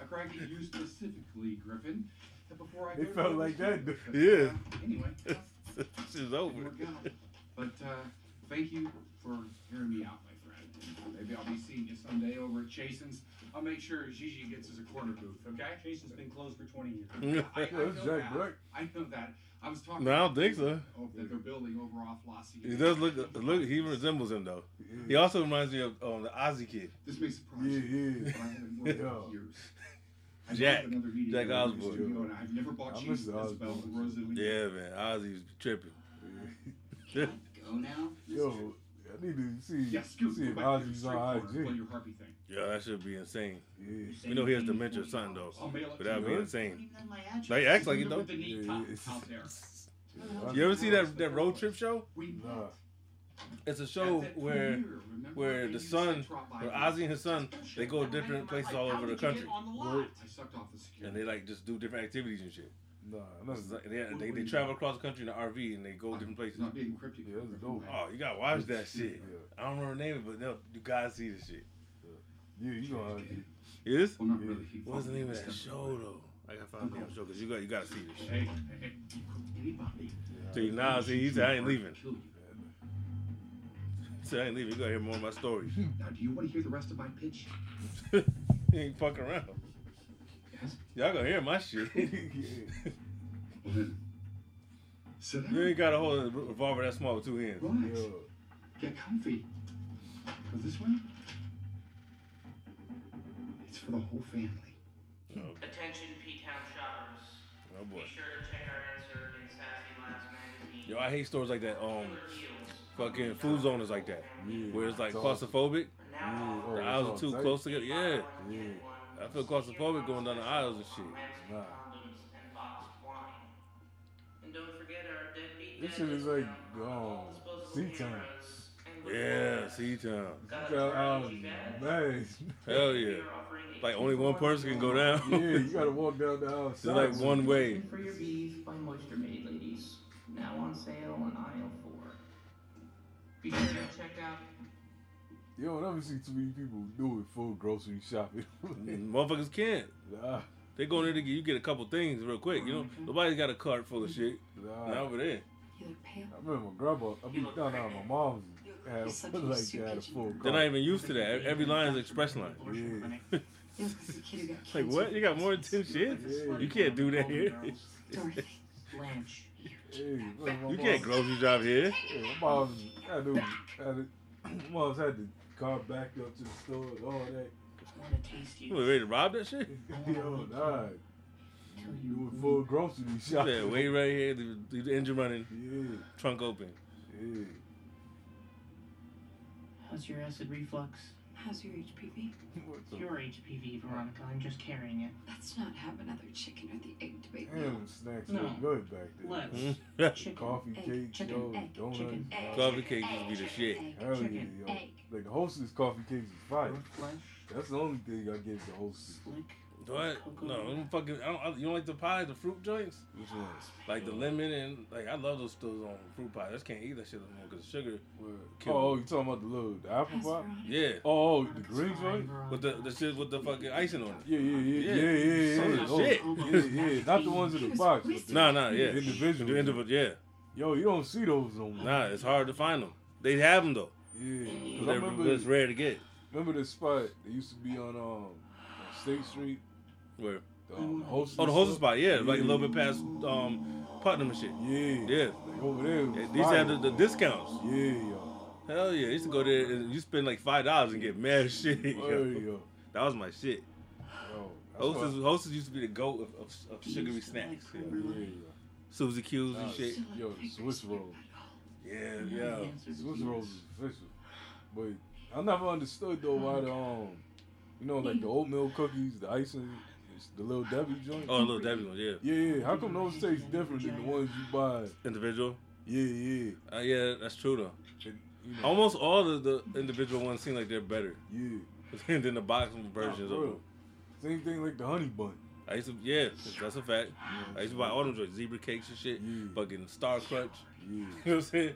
I cracked at you specifically, Griffin. That before I
It
go to
felt
bed
like
this
that.
evening.
yeah.
uh, Anyway,
this is over.
work out. But uh, thank you for hearing me out, my friend. Maybe I'll be seeing you someday over at Jason's. I'll make sure Gigi gets us a corner booth, okay? Jason's been closed for 20 years. (laughs) I, I
That's
know
Jack
that.
Black.
I know that. I was talking
No, I don't think so.
about over- that they're building over off Los
He does look look. He resembles him though. He also reminds me of um, the Ozzy kid.
This may surprise
Yeah,
you,
yeah.
but (laughs) I haven't worked
Yo.
Oh,
in years. I
Jack.
worked at another media
Jack
company in the
Osborne.
studio, and I've never bought
I
cheese
miss
with
the
Isabel
Osbornes.
Rosalie.
Yeah, man. Ozzy was
(laughs)
tripping.
Go now.
Yo, I need to see,
Yeah, excuse
see
me.
if
go back to
Ozzy's
the street
on
corner, play
IG.
your harpy thing.
Yeah, that should be insane.
Yeah.
We know he has dementia or something though,
I'll mail it
but
to
that'd be
you.
insane.
Even my
No,
address.
he acts like he
Remember
don't.
the neat
(laughs)
cop out there.
You ever see that that road trip show?
We met.
Nah.
It's a show
At that
where
premiere, remember
where
when
the
you
son,
said drop by
where
me?
Ozzy and his son,
Bullshit.
they go
Never mind
different
my
places
life.
all
How
over the
did you get
country,
on the lot? I sucked off the
and
security.
they like just do different activities and shit.
Nah,
This
that's
is like- They, they, they travel across the country in an RV and they go different places.
Not being cryptic.
Yeah, that's dope.
Oh, you gotta watch that shit.
Yeah.
I don't remember the name of it, but no, you gotta see this shit.
Yeah, you gonna have to.
Is
Well, not really. He
what's the name of that
fucked with
show though? I gotta find the name of the show because you got you gotta see this.
stuff.
Shit.
Hey, hey, hey. Anybody.
See now, see he said I ain't leaving.
Kill you.
So I ain't leaving. You gotta hear more of
(laughs)
my stories.
Now, do you want to hear the rest of my
(laughs)
pitch?
he ain't fucking around.
Yes.
Y'all gonna hear my shit.
(laughs) Yeah.
Well then, sit down.
you ain't gotta hold a revolver that small with two hands.
Relax.
Yeah.
Get comfy. Cause this one, it's for the whole family.
Oh,
Attention P-Town shoppers.
oh boy.
Be sure to check our insert in Sassy Labs magazine.
Yo, I hate stores like that. Um,
Killer Heels.
fucking food zone is like that,
Yeah.
where it's like
It's
claustrophobic.
Are now
Yeah,
offered
oh,
The
it's all
aisles are too
tight.
close together. Yeah,
one,
Yeah.
get one.
I feel claustrophobic going down the aisles and shit.
Men's
Nah.
condoms and boxed wine. And don't forget our deadbeat
This
dad
shit is
discount
like,
on all
um,
disposable
Sea Town.
cameras and with
Yeah,
phones.
see town.
Got a
Got,
variety
um,
bag?
man.
Hell
We
yeah.
are offering
Like only one person can go down.
Yeah,
(laughs)
you gotta walk down the aisle.
It's like
sideways.
one way.
For your beef by Moisture Maid, ladies. Now on sale on aisle four. Be sure to check out.
You don't ever see too many people do it full grocery shopping.
Motherfuckers can't.
nah,
They go in there to get you get a couple things real quick. You know,
Mm-hmm.
nobody's got a cart full of shit.
nah.
Not over there.
You look pale.
I remember my grandma, I mean, no, no, my mom's had
You're
(laughs) like
such a
she had
stupid.
a full
They're not
car.
even used to that. Every line is express line.
Yeah.
(laughs)
You look like the kid who got
Like
cancer
what? You got
for
more than
Christmas.
ten shit?
Yeah.
You can't do that here.
(laughs)
Dorothy.
Blanche.
Hey, remember my
You can't
mom-
grocery shop here.
Yeah, my mom's had to, had to, (clears throat) my mom's had the car backed up to the store and all that.
I want to taste
You ready to rob that shit?
(laughs) Yo, nah. You do it full grocery
Yeah,
shopping.
wait right here. Leave, leave the engine running,
Yeah,
trunk open.
yeah.
How's your acid reflux?
How's your HPV?
It's your HPV, Veronica. I'm just carrying it.
Let's not have another chicken or the egg debate. now.
Damn, snacks
No.
look good back there.
Hmm? Let's. (laughs) Chicken,
Coffee
egg,
cake,
chicken,
yo,
egg,
donuts.
chicken, egg,
Coffee cake just be the shit.
Hell yeah,
chicken,
yo.
egg.
Like the hostess coffee cakes is fire. That's the only thing I give the hostess.
What? No, I'm fucking. I don't, I, you don't like the pie, the fruit joints?
Which ones?
Like the lemon and like I love those those on fruit pie. I just can't eat that shit anymore because sugar. kill
Oh,
me.
you talking about the little the apple pie?
Yeah.
Oh, the green joint?
With the the shit with the fucking icing on it.
Yeah, yeah, yeah, yeah, yeah, yeah. Oh,
Some of the shit.
yeah, yeah. Not the ones in the box. but the-
Nah, nah, yeah.
the Individual.
The individual, yeah.
Yo, you don't see those no more.
Nah, it's hard to find them. They have them though.
Yeah.
'Cause
'Cause I
they're-
remember-
it's rare to get.
Remember the spot that used to be on um on State Street?
Where?
The, um, hostess
Oh, the hostess
spot?
spot, yeah, like a little bit past um, Putnam and shit.
Yeah,
yeah.
over there, it was
these
fire.
had the, the discounts.
Yeah, yo.
Hell yeah, I used to go there and you spend like five dollars and get mad shit. yo.
Word, yo.
That was my shit.
Yo, that's
Hostess, hostess used to be the goat of, of, of sugary snacks. yo. Susie Q's and
Nah,
shit.
Yo, the Swiss rolls.
Yeah, yeah.
Swiss rolls is official. But I never understood though why the um, you know, like the oatmeal cookies, the icing, it's the little Debbie joint.
Oh, little Debbie one, yeah.
Yeah, yeah. How come those taste different than the ones you buy?
Individual.
Yeah, yeah.
Uh, yeah, that's true though. Almost all of the individual ones seem like they're better.
Yeah.
(laughs) than the box versions
Nah,
of
for
them.
real. Same thing like the honey bun.
I used to, yeah, that's a fact. I used to buy all them joints, zebra cakes and shit, fucking Star Crunch.
Yeah.
(laughs) You know what I'm saying?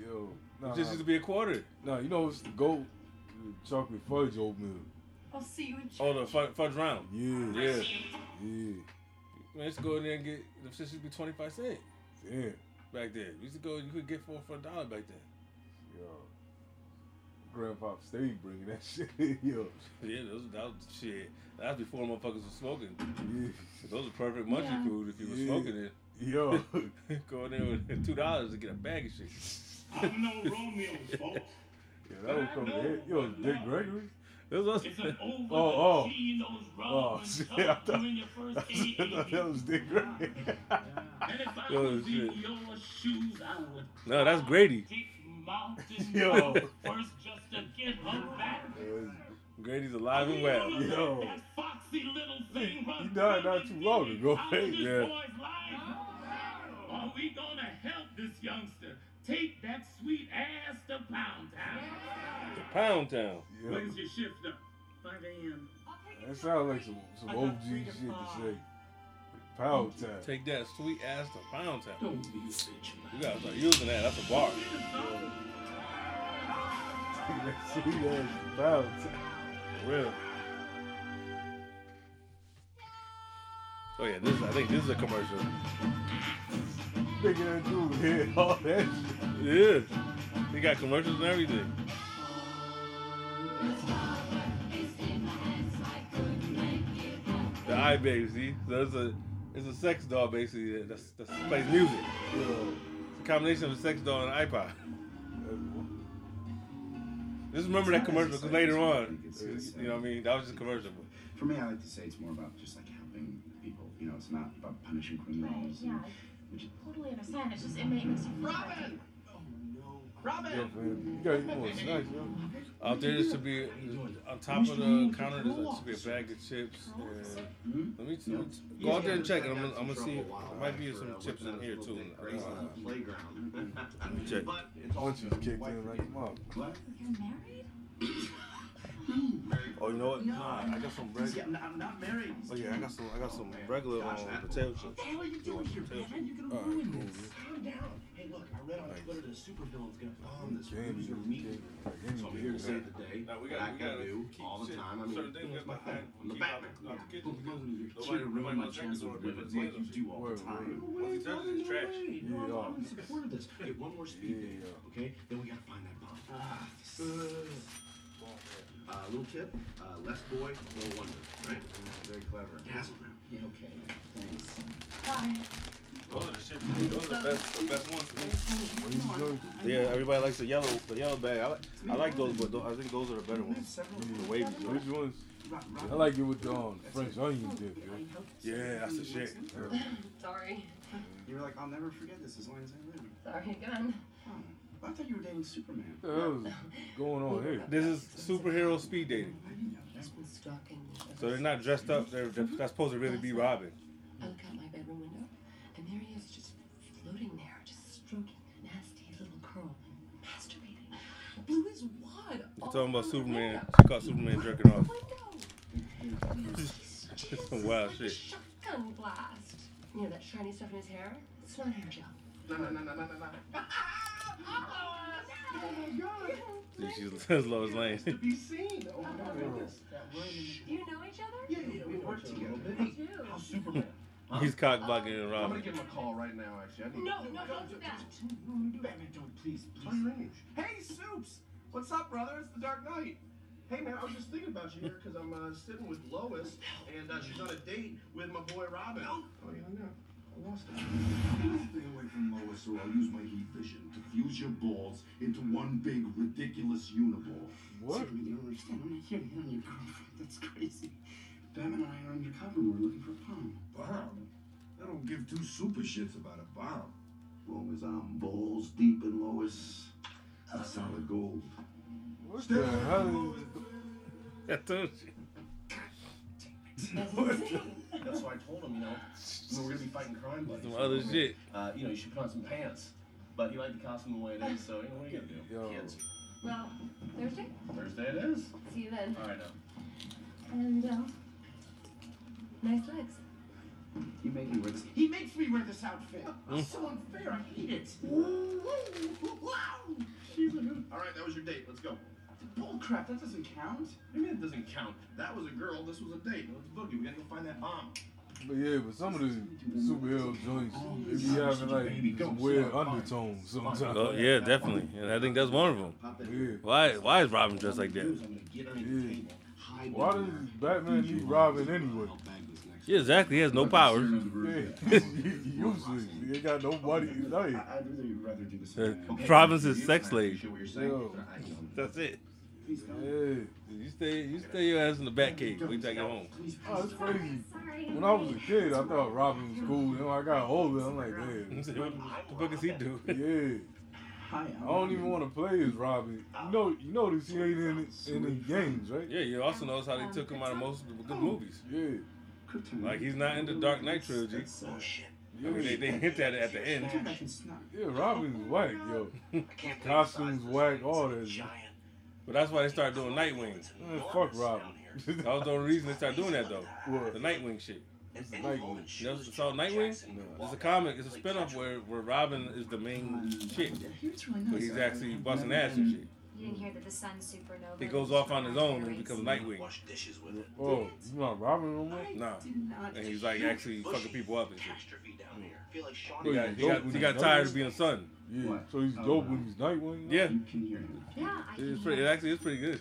Yeah. Yo.
It just used to be a quarter.
No, you know it's the goat the chocolate fudge oatmeal.
I'll see you in
Oh, the fudge, fudge round.
Yeah.
Yeah.
Yeah.
Man, used to go in there and get the shit used to be twenty five cent
Damn.
back there. We used to go, you could get four for a dollar back then.
Yo. Grandpa stayed bringing that (laughs) shit. Yo.
Yeah, those that was shit. That's before motherfuckers was smoking.
Yeah.
Those are perfect munchie
Yeah.
food if you were
Yeah.
smoking it.
Yo.
(laughs) go in there with two dollars to get a bag of shit.
I'm no Romeo, folks.
Yeah, that was from the Yo, Dick Gregory.
That was
It's
(laughs)
an over
Oh, oh.
machine that was
Oh,
robbed
shit.
when
(laughs) I
tough
thought
during your first eight
that was Dick Gregory.
(laughs) And if I
Oh,
was
shit.
in your shoes, I would
No, that's Grady.
take mountain
(laughs)
Yo.
first just to get her back.
Grady's alive and well.
Yo.
That foxy little thing
He
run
died not too long ago.
out of this
Yeah.
boy's life. Are we gonna help this youngster take that sweet ass to Pound Town?
The Pound Town.
When's your shift up? 5 a.m.
That sounds like some, some OG shit to say. Pound time.
Take that sweet ass to Pound Town. You gotta start using that. That's a bar.
(laughs) That sweet ass pound time.
For real. Oh yeah, this I think this is
(laughs)
a commercial.
Nigga, that dude hit all Oh, that
Yeah. They got commercials and everything. The eye baby, see? So it's a it's a sex doll basically that that's, that's plays music. It's a combination of a sex doll and an (laughs) iPod. Just remember that commercial because later on, you know what I mean? That was just a commercial. but-
For me, I like to say it's more about just like helping people. You know, it's not about punishing criminals.
Yeah,
and-
I totally understand. It's just it makes you feel like you-
Yo, man, you got you more snacks, yo.
Out there, there should be on top of the counter. There should be a bag of chips. And let me let me- go out there and check. it. I'm gonna, I'm gonna see. There might be some chips in here too. I don't know.
Playground.
Let me check.
Aren't you kicked in like a mom?
You're married?
Oh, you know what? Nah, I got some
Yeah,
regular.
no, I'm not married.
Oh yeah, I got some. I got some regular um, potato
What
chips.
the hell are you doing here, man? You're gonna ruin
Mm-hmm.
this. Calm down. Hey, look, I read on Twitter the supervillain's gonna bomb this loser meeting.
So I'm here to save the day.
Now, we
that
gotta-
I
we
can
gotta
do
keep
all the
shit-
time. I mean,
certain things we
it's my
gotta
thing.
keep
I'm the
out-
Batman.
out the kitchen.
Don't go to your
Nobody-
shit to ruin
nobody
my
knows that
chances
because
with
we're
women
gonna
like
put
you do all the
Word, word.
time.
All these judges is trash.
Hey,
Yeah.
no, I'm in support of this. Hey, one more speed date, okay? Then we gotta find that bomb. Ah, this-
Uh, little tip, uh, less boy, no wonder, right? Very clever.
Dazzle round. Yeah, okay. Thanks.
Those are the shit. Those are the best. The best ones. for me. Mm-hmm. Yeah, everybody likes the yellow, the yellow bag. I like, I like those, but tho- I think those are the better ones. The wavy.
Which ones? I like it with the um, French onion dip, yo.
Yeah, that's the shit.
Sorry. You were like, I'll never forget this as long as I live.
Sorry again.
Oh,
I thought you were dating Superman.
What the
(laughs)
hell is going on here?
This is superhero speed dating.
He's been stalking me. ever
So they're not dressed up. They're, they're that's supposed to really be Robin.
I look out my bedroom window, and there he is, just floating there, just stroking a nasty little curl and masturbating. Blue is wad.
They're talking about Superman. She caught Superman jerking off. Some wild shit.
Gun blast. You know that shiny stuff in his hair? It's not hair gel.
No, no, no, no, no, no, no. Oh my god!
(laughs) She's Lois
To
Lane.
be seen. Oh my goodness.
Do you know each other?
Yeah, yeah, we worked together. Hey, how's Superman?
(laughs) He's cock blocking
Um, I'm gonna
Robin. (laughs)
give him a call right now, actually. I need
No,
to-
no, don't do that. Batman, don't please, please.
Hey, Soups! What's up, brother? It's the Dark Knight. Hey, man, I was just thinking about you here because I'm uh, sitting with Lois, and uh, she's on a date with my boy Robin. Oh, yeah, I know.
I lost it. Stay away from Lois or I'll use my heat vision to fuse your balls into one big ridiculous uniball.
What?
Sarah, you don't understand. I'm not here to hit on your girlfriend. That's crazy. Batman and I are undercover. We're looking for a bomb.
Bomb? I don't give two super shits about a bomb. Long as I'm balls deep in Lois, I'm solid gold.
What the hell?
I told you.
That's why I told him, you know, we're gonna be fighting crime buddies.
Some other shit.
Uh, you know, you should put on some pants. But you like the costume the way it is, so you know, what are you gonna do? Kids.
Well, Thursday?
Thursday it is.
See you then.
All right, now.
And uh, nice legs.
You make me wear this. He makes me wear this outfit. It's so unfair. I hate it.
She's a hoot. All right, that was your date. Let's go.
Bull crap. That doesn't count.
Maybe it doesn't count. That was a girl. This was a date. Let's boogie. We gotta go find that bomb.
But yeah, but some of the superhero joints, they be having like some weird undertones sometimes.
Oh yeah, definitely. And I think that's one of
Yeah.
them. Why? Why is Robin dressed like that?
Yeah. Why does Batman need Robin anyway?
Yeah, exactly. He has no powers.
Yeah. Usually, he ain't got nobody. Like,
I'd really rather do this.
Uh, Robin's his sex slave.
yo,
That's it. You stay. You stay your ass in the back cave. We take it home.
oh, it's crazy. When I was a kid, I thought Robin was cool. Then when I got older, I'm like,
(laughs) What
damn.
the fuck is he do?
Yeah. I don't even want to play as Robin. You know, you notice he ain't in it, in the games, right?
Yeah, you also notice how they took him out of most of the good movies.
Yeah. Oh,
Like he's not in the Dark Knight trilogy. I mean, they, they hint at it at the end.
Yeah, Robin's whack, yo. Costumes whack, all that.
But that's why they started doing Nightwing.
Man, fuck Robin.
(laughs) That was the only reason they started doing that though. The Nightwing shit.
Nightwing.
You never saw Nightwing? It's a comic. It's a spinoff where where Robin is the main
Mm.
chick, but he's actually busting ass and shit.
You didn't hear that the sun's supernova.
He goes off on his own and becomes Nightwing.
Oh, you not Robin no more?
Nah. And he's like actually fucking people up and shit.
So
He got,
he's
he got,
dope
he
when
got
he's
tired
Nightwing?
of being Sun.
Yeah, so he's dope when he's Nightwing?
Yeah.
Yeah, I
It's
can,
pretty, it actually is pretty good.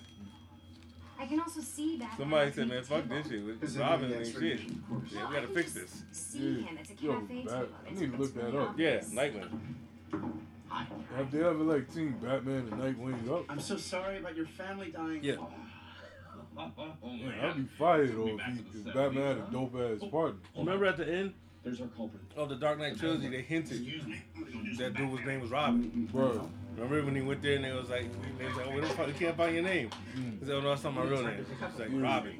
I can also see that.
Somebody
as
said,
an
man, fuck this shit. It's Robin and shit. Yeah, we gotta fix this.
See him. It's a
Yo,
cafe table.
Bat- I need to look that up.
Yeah, Nightwing.
Have they ever like teamed Batman and Nightwing up?
I'm so sorry about your family dying.
Yeah.
Oh,
Man, I'd be fired though if he- if Batman had a dope ass partner.
Remember at the end
There's our culprit.
of the Dark Knight trilogy, they hinted that dude was name was Robin.
Bro.
Remember when he went there and they was like, they was like, oh, we don't, we can't find your name.
Mm.
He said, oh no, that's not my real name. It's like Robin.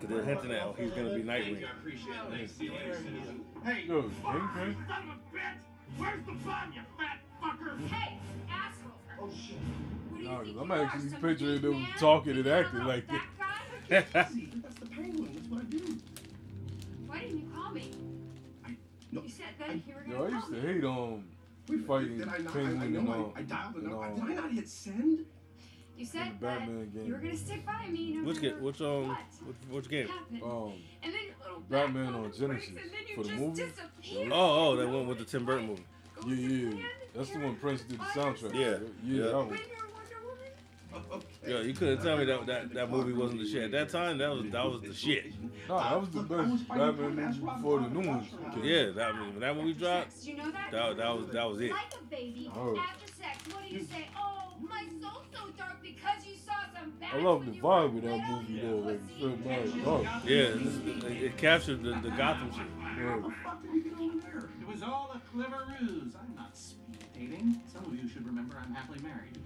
They're hinting at he's gonna be Nightwing.
Hey,
yo, Kingpin?
son of a bitch! Where's the bomb, you fat fucker?
Hey, asshole. Oh shit.
Nah, 'cause I'm actually picturing them talking and acting like
(laughs)
(laughs) that.
That's the penguin. That's what I do.
Why didn't you call me? You said that you were gonna
Yo, I
call
used
me.
to hate um fighting
Did I not? I, I
Penguin and
know
all.
I, I dialed it
and
up. I-
all.
Did I not hit send?
You said that
Batman game.
you were gonna stick by me. No
Which
matter
game? Which um?
what
Which, which game?
happened.
Um,
and then little
Batman on Genesis
and then you
for the
just
movie.
disappeared.
Oh, oh, that one with the Tim Burton movie.
Yeah, yeah, that's the one Prince did the soundtrack.
Yeah.
yeah,
Yeah.
that one.
Yo, you couldn't tell me that, that that movie wasn't the shit. At that time, that was that was the shit.
Nah, that was the best Batman movie before the new ones. came.
Yeah, that I mean, when that movie dropped,
Do you know that?
that that was that was it.
Like a baby
Oh.
after sex, what do you say? Oh, my soul's so dark because you saw some bad.
I love the vibe of that movie though. Like, you feel bad as fuck.
Yeah, it, it captured the, the Gotham shit.
Yeah.
How the fuck did we get over there? It was all a clever ruse. I'm not speed
dating. Some of you should remember I'm happily married.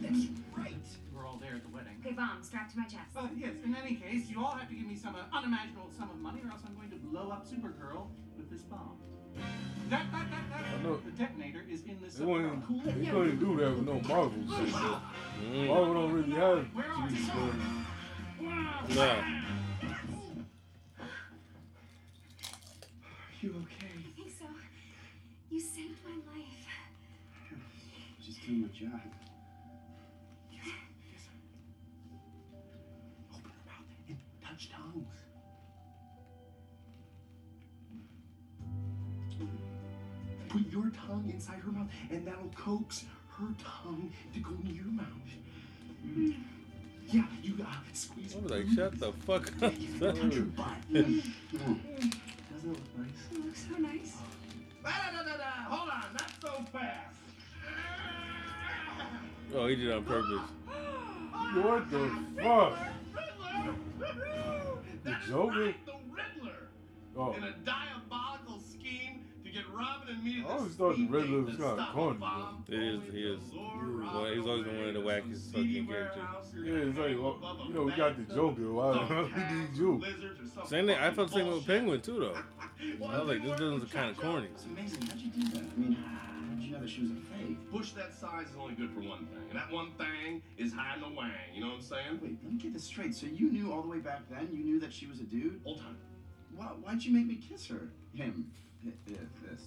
That's right. We're all there at the wedding.
Okay, bomb strapped to my chest.
Uh,
But yes, in any case, you all have to give me some uh, unimaginable sum of money, or else I'm going to blow up Supergirl with this bomb. That, that, that, that, the detonator is in this.
They wouldn't, they couldn't do that with no Marvel shit. though.
Mm.
Marvel don't really have TV stories.
Nah.
you okay?
I think so. You saved my life.
Just doing my job.
Touch tongues.
Put your tongue inside her mouth, and that'll coax her tongue to go into your mouth. Yeah, you uh, squeeze.
I was like, shut the fuck up.
Doesn't it look nice?
You look so nice.
Da, da, da, da, da. Hold on, not so fast.
(laughs) oh, he did it on purpose.
What the fuck? The Joker?
The Riddler,
Oh,
in a diabolical scheme to get Robin and me to
I always thought the Riddler was kind of corny.
It is. He is. Well, he's always been one of the wackiest fucking characters.
Yeah, it's like, well, you know, we got the Joker. Why we need you?
Same thing. I felt the same with Penguin too, though. I was like, this villain's kind of corny.
It's amazing. How'd you do that? I mean, how'd you know that she was a fake? Bush that size is only good for one thing, and that one thing is hiding the wang. You know what I'm saying?
Wait, let me get this straight. So you knew all the way back then, you knew that she was a dude?
Hold on.
Why, why'd you make me kiss her? Him. Th- th- This.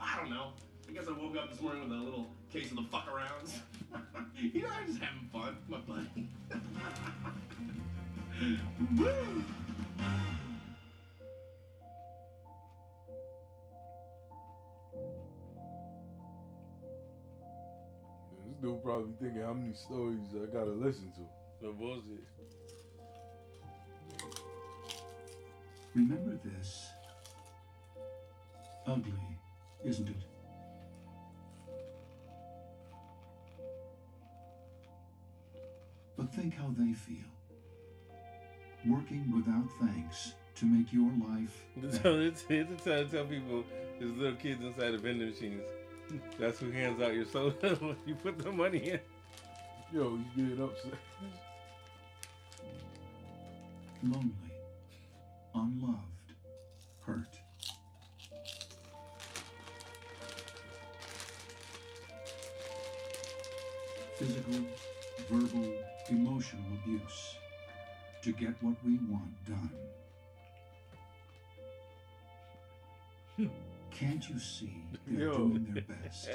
I don't know. I guess I woke up this morning with a little case of the fuck arounds. (laughs) you know, I'm just having fun, with my buddy. Woo!
This dude probably thinking how many stories I gotta listen to.
What was (laughs) it?
Remember this. Ugly, isn't it? But think how they feel. Working without thanks to make your life
It's the time to tell people there's little kids inside the vending machines. That's who hands out your soda (laughs) when you put the money in.
Yo, you get upset.
lonely, unloved, hurt. Physical, verbal, emotional abuse to get what we want done. Can't you see they're
Yo.
doing their best?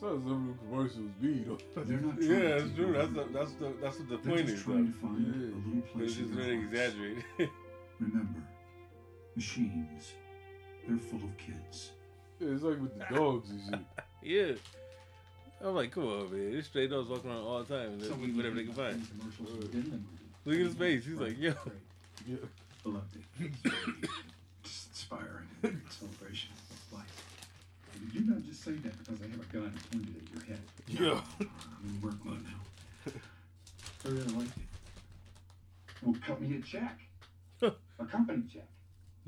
Sounds like (laughs) some of the commercials be though.
They're
(laughs)
not
Yeah, that's true. That's the, that's the that's what the
They're
point
just
is.
trying to
though.
find a little
But
place
It's
in
just
their
really
lives.
exaggerated. (laughs)
Remember, machines, they're full of kids.
Yeah, it's like with the dogs and shit.
yeah. I'm like, come on, man. This straight dogs walking around all the time. and They'll eat whatever they can find. Look at his face. He's like, yo.
Reluctant.
Just inspiring. Celebration of life.
Did you not just say that because I have a gun pointed at your head?
Yeah.
I'm in work mode now.
I really like it.
Well, cut me a check. a company check.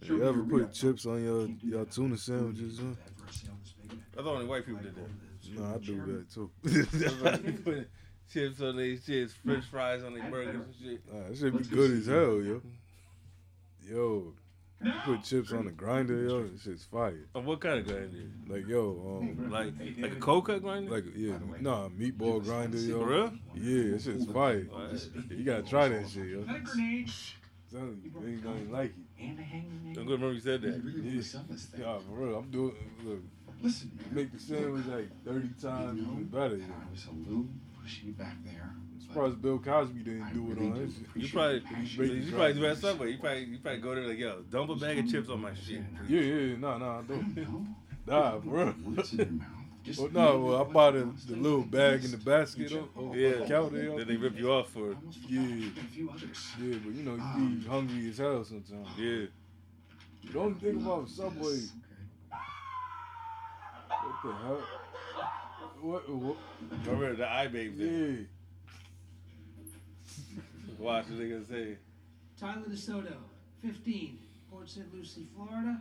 Show me
You ever
your real-
put chips on your your tuna sandwiches? Huh?
I thought only white people did that.
Nah, I do that too. (laughs)
Everybody (laughs) put chips on their shits, French fries on their burgers and shit.
Nah, Ah, that should be good as hell, yo. Yo, you put chips on the grinder, yo. This shit's fire.
Oh, what kind of grinder?
Like yo, um,
Like like a coca grinder?
like yeah, nah, meatball grinder, yo.
For real?
Yeah, that shit's fire. You gotta try that shit, yo.
Is that a grenade?
Telling you, they ain't gonna like it.
And a hanging
Don't go remember you said that.
Yeah, nah, for real. I'm doing. Look,
Listen, man.
make the sandwich like 30 times even better. Yo.
I was a little pushy back there.
I'm surprised Bill Cosby didn't do it on his.
You probably
break the
you probably do
grinder.
that subway. You probably you probably go there like yo, dump a bag of chips on my shit.
Yeah, yeah, no, no, I don't. (laughs) Nah, bro.
Just
Oh no, well, I bought a, the little bag in the basket o- over yeah. the
Yeah.
counter. yo.
Then they rip you off for it.
Yeah, yeah, but you know you be hungry as hell sometimes.
Yeah.
The only thing about Subway. What the hell? What? what?
Remember the eye babe thing.
Yeah.
Watch what they gonna say.
Tyler DeSoto, 15. Port St. Lucie, Florida.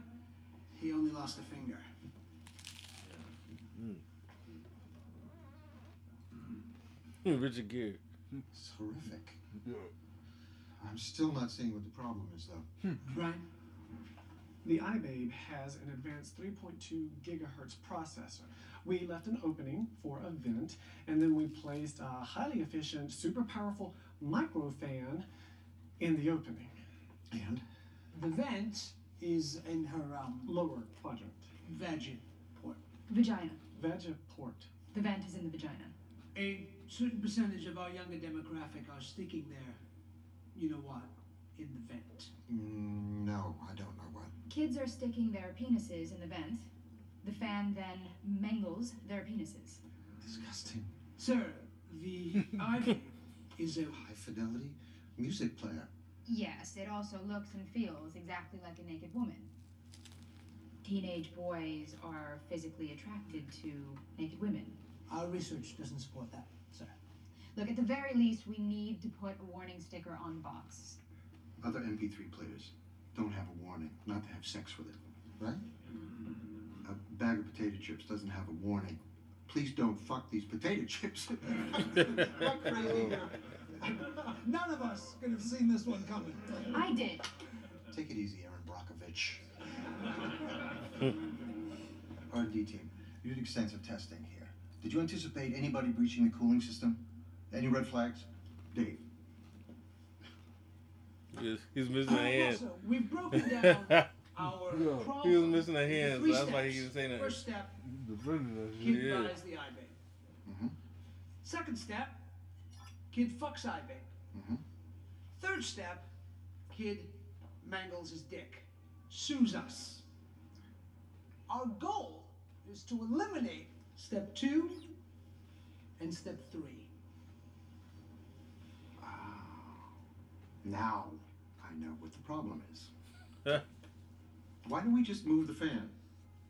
He only lost a finger.
Mm.
Richard Gere.
Hmm, It's horrific. I'm still not seeing what the problem is,
Hmm.
though.
Right.
The iBabe has an advanced 3.2 gigahertz processor. We left an opening for a vent, and then we placed a highly efficient, super powerful microfan in the opening.
And
the vent is in her um,
lower quadrant.
Vagin port.
Vagina.
Vagiport.
The vent is in the vagina.
A certain percentage of our younger demographic are sticking their, you know what, in the vent.
Mm, no, I don't know what.
Kids are sticking their penises in the vent. The fan then mangles their penises.
Disgusting.
Sir, the iPhone is a
high fidelity music player.
Yes, it also looks and feels exactly like a naked woman. Teenage boys are physically attracted to naked women.
Our research doesn't support that, sir.
Look, at the very least, we need to put a warning sticker on the box.
Other MP3 players don't have a warning not to have sex with it, right? A bag of potato chips doesn't have a warning. Please don't fuck these potato chips.
What crazy. (laughs) None of us could have seen this one coming.
I did.
Take it easy, Aaron Brockovich. Hmm.
R&D team, you did extensive testing here. Did you anticipate anybody breaching the cooling system? Any red flags? Dave.
He's, he's missing a hand.
So we've broken
(laughs)
down our
he was
problem
missing a
into
hand, so
three
that's why he
steps.
didn't say nothing.
First step, kid
Yeah.
buys the iBabe. Second step, kid fucks iBabe. Third step, kid mangles his dick, sues us. Our goal is to eliminate step two and step three.
Now I know what the problem is. Why don't we just move the fan?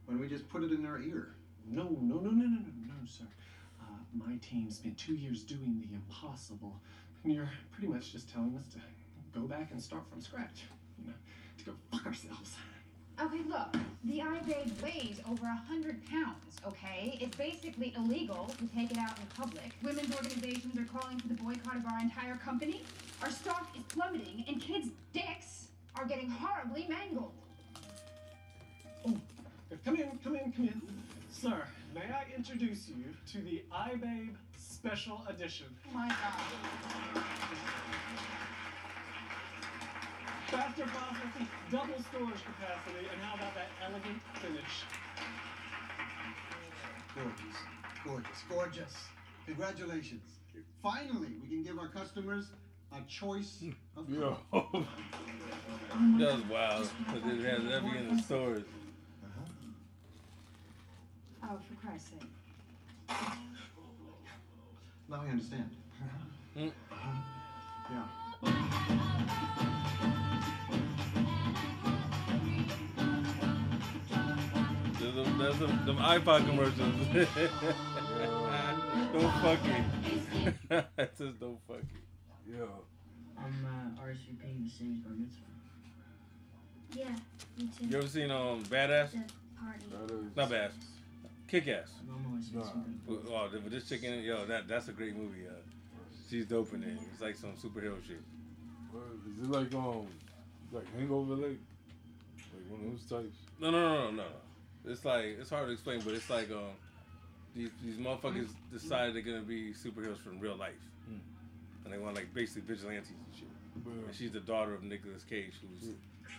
Why don't we just put it in their ear?
No, no, no, no, no, no, no, sir. Uh, my team spent two years doing the impossible, and you're pretty much just telling us to go back and start from scratch. You know, to go fuck ourselves.
Okay, look, the iBabe weighs over a hundred pounds, okay? It's basically illegal to take it out in public. Women's organizations are calling for the boycott of our entire company. Our stock is plummeting, and kids' dicks are getting horribly mangled.
Come in, come in, come in. Sir, may I introduce you to the iBabe Special Edition?
My God.
Faster processing, double storage capacity, and how about that elegant finish?
Gorgeous, gorgeous, gorgeous. Congratulations. Finally, we can give our customers a choice of
Hmm. Yeah.
(laughs)
color.
(laughs) That was wild. Because it has every in the stores.
Oh, for Christ's sake.
Now I understand. Yeah.
There's them, there's them, them iPod commercials. (laughs) don't fuck it. (laughs) It says don't fuck it. Yo.
I'm uh, RSVPing to Sam's bar mitzvah.
Yeah, me too.
You ever seen um Badass?
The party.
Not Badass. Kick Ass.
Nah.
Oh, th- but this chicken, yo, that that's a great movie. Uh, she's dope in it. It's like some superhero shit.
Is it like um like Hangover Lake? Like one of those types.
No, no, no, no, no. no. It's like it's hard to explain, but it's like um, these these motherfuckers decided they're gonna be superheroes from real life,
Mm.
and they want like basically vigilantes and shit.
Yeah.
And she's the daughter of Nicolas Cage, who's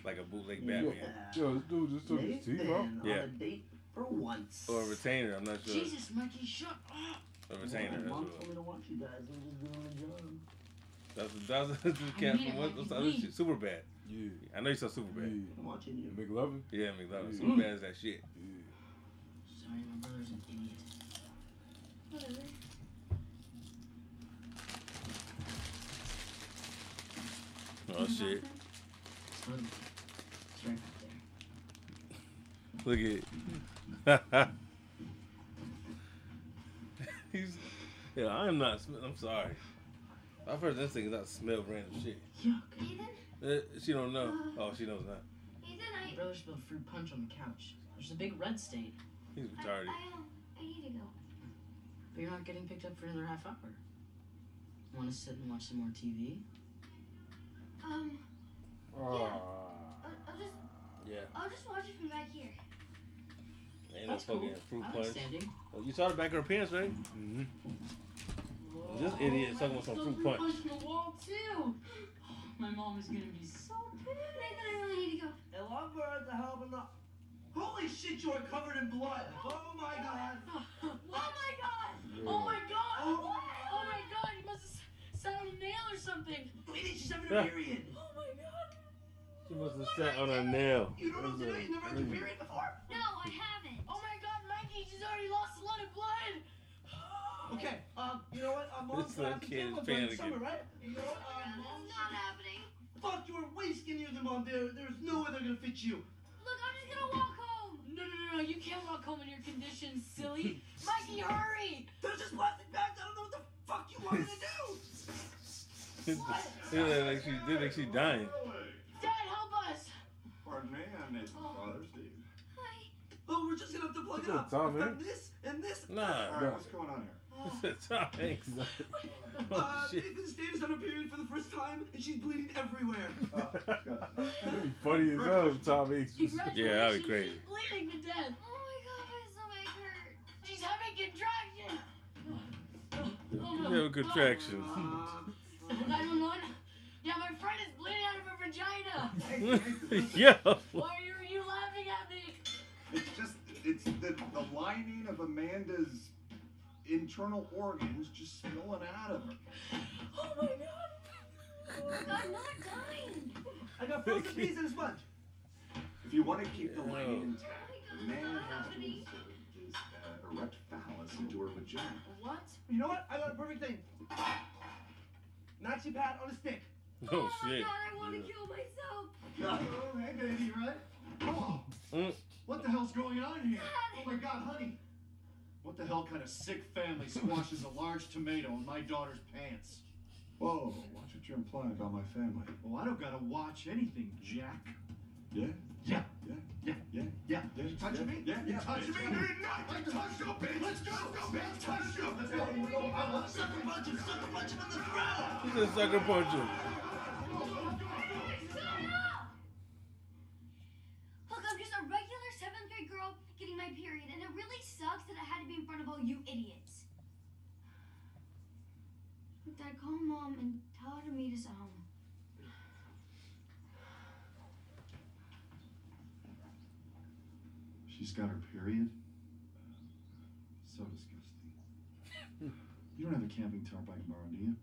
like a bootleg
Yeah.
Batman.
Yo, this dude just took his
Nathan
teeth out.
on
Yeah.
a date for once.
Or a retainer, I'm not sure.
Jesus, Mikey, shut up.
A retainer, that's
Mom
what it
told me to watch you guys. I'm just doing my job.
That's that's this cat from what, what's the other shit? Super bad.
Yeah.
I know you saw Super bad.
I'm watching you.
McLovin?
Yeah, McLovin.
Yeah.
Super bad is that shit.
Sorry, my brother's an idiot.
Whatever.
Uh-huh.
Oh shit.
It's right up there.
Look at. He's. (laughs) Yeah, I am not. sm- I'm sorry. My first instinct is I smell random shit.
Ethan?
Uh, she don't know. Oh, she knows not.
Ethan,
brother spilled fruit punch on the couch. There's a big red stain.
He's retarded.
I need to go.
But you're not getting picked up for another half hour. Want to sit and watch some more TV?
Um,
Ah.
I'll, I'll just,
Yeah.
I'll just watch it from back here.
And that's
That's
fucking
cool.
fruit
I'm
punch.
understanding.
Oh, you saw the back of her pants, right? Mm-hmm. This idiot is talking about some
Still
fruit punch.
in the wall too. Oh, My mom is gonna be so pissed.
Nathan, I really need to go.
The lovebirds are helping up.
Holy shit, you are covered in blood. Oh my god.
(laughs) Oh my god! Oh my god! Oh my god! You must have sat on a nail or something.
Wait, she's having
(laughs) Yeah.
a period.
Oh my god!
She must have sat on her nail.
You don't know
That's
what to do.
a-
You never had your period before?
No, I haven't.
Oh my god, Mikey! She's already lost a lot of blood.
Okay, um, you know what? I'm
This little kid is
during the
panicking.
summer, right? You know
Oh
what? Um,
This is not happening.
Fuck, you are way skinnier than Mom. There, there's no way they're gonna fit you.
Look, I'm just gonna walk home.
No, no, no, no! You can't walk home in your condition, silly. Mikey, hurry!
There's just plastic bags. I don't know what the fuck you want me to do.
They look like (laughs) she they look like she dying.
Dad, help us!
Pardon me, I'm Nathan's father, Steve.
Hi.
Oh, we're just gonna have to plug
What's
it
up,
up.
Tom,
We've got
man?
this and this. Oh.
All
Nah.
right, what's going on here?
(laughs) Thanks.
(laughs) Uh,
Oh shit.
Nathan's dad is on a period for the first time, and she's bleeding everywhere.
That'd be funny as hell if Tom Hanks was-
Yeah, that'd be crazy.
She's bleeding to death.
Oh my god, my stomach hurt.
She's having contraction. Oh,
You have a contraction.
Uh,
I don't know. Yeah, my friend is bleeding out of her vagina.
Yo.
Why are you, are you laughing at me?
It's just, it's the, the lining of Amanda's internal organs just spilling out of her.
Oh my god.
I'm not dying.
I got frozen peas and a sponge.
If you want to keep the lining
Yo.
intact, the man has to insert his uh, erect phallus into her vagina.
What?
You know what? I got a perfect thing. Nazi pad on a stick.
Oh
Oh my
shit.
god, I want to kill myself.
Oh, hey, baby, right? Oh,
Mm.
what the hell's going on here?
Dad.
Oh my god, honey. What the hell kind of sick family squashes a large tomato in my daughter's pants? Whoa, watch what you're implying about my family. Oh, I don't gotta watch anything, Jack. Yeah? Yeah, yeah, yeah, yeah, yeah. yeah. You touching me? Yeah, yeah. You touching me? You're not! I touched you, bitch! Let's go! Let's go, bitch! Touch you! Let's go! Let's go! I want sucker punch him! Sucker punch him in the throat!
(laughs) He's a sucker puncher.
Look, I'm just a regular seventh grade girl getting my period, and it really sucks that it had to be in front of all you idiots. Dad, call mom and tell her to meet us at home.
She's got her period? So disgusting. You don't have a camping tarp I can borrow, do you?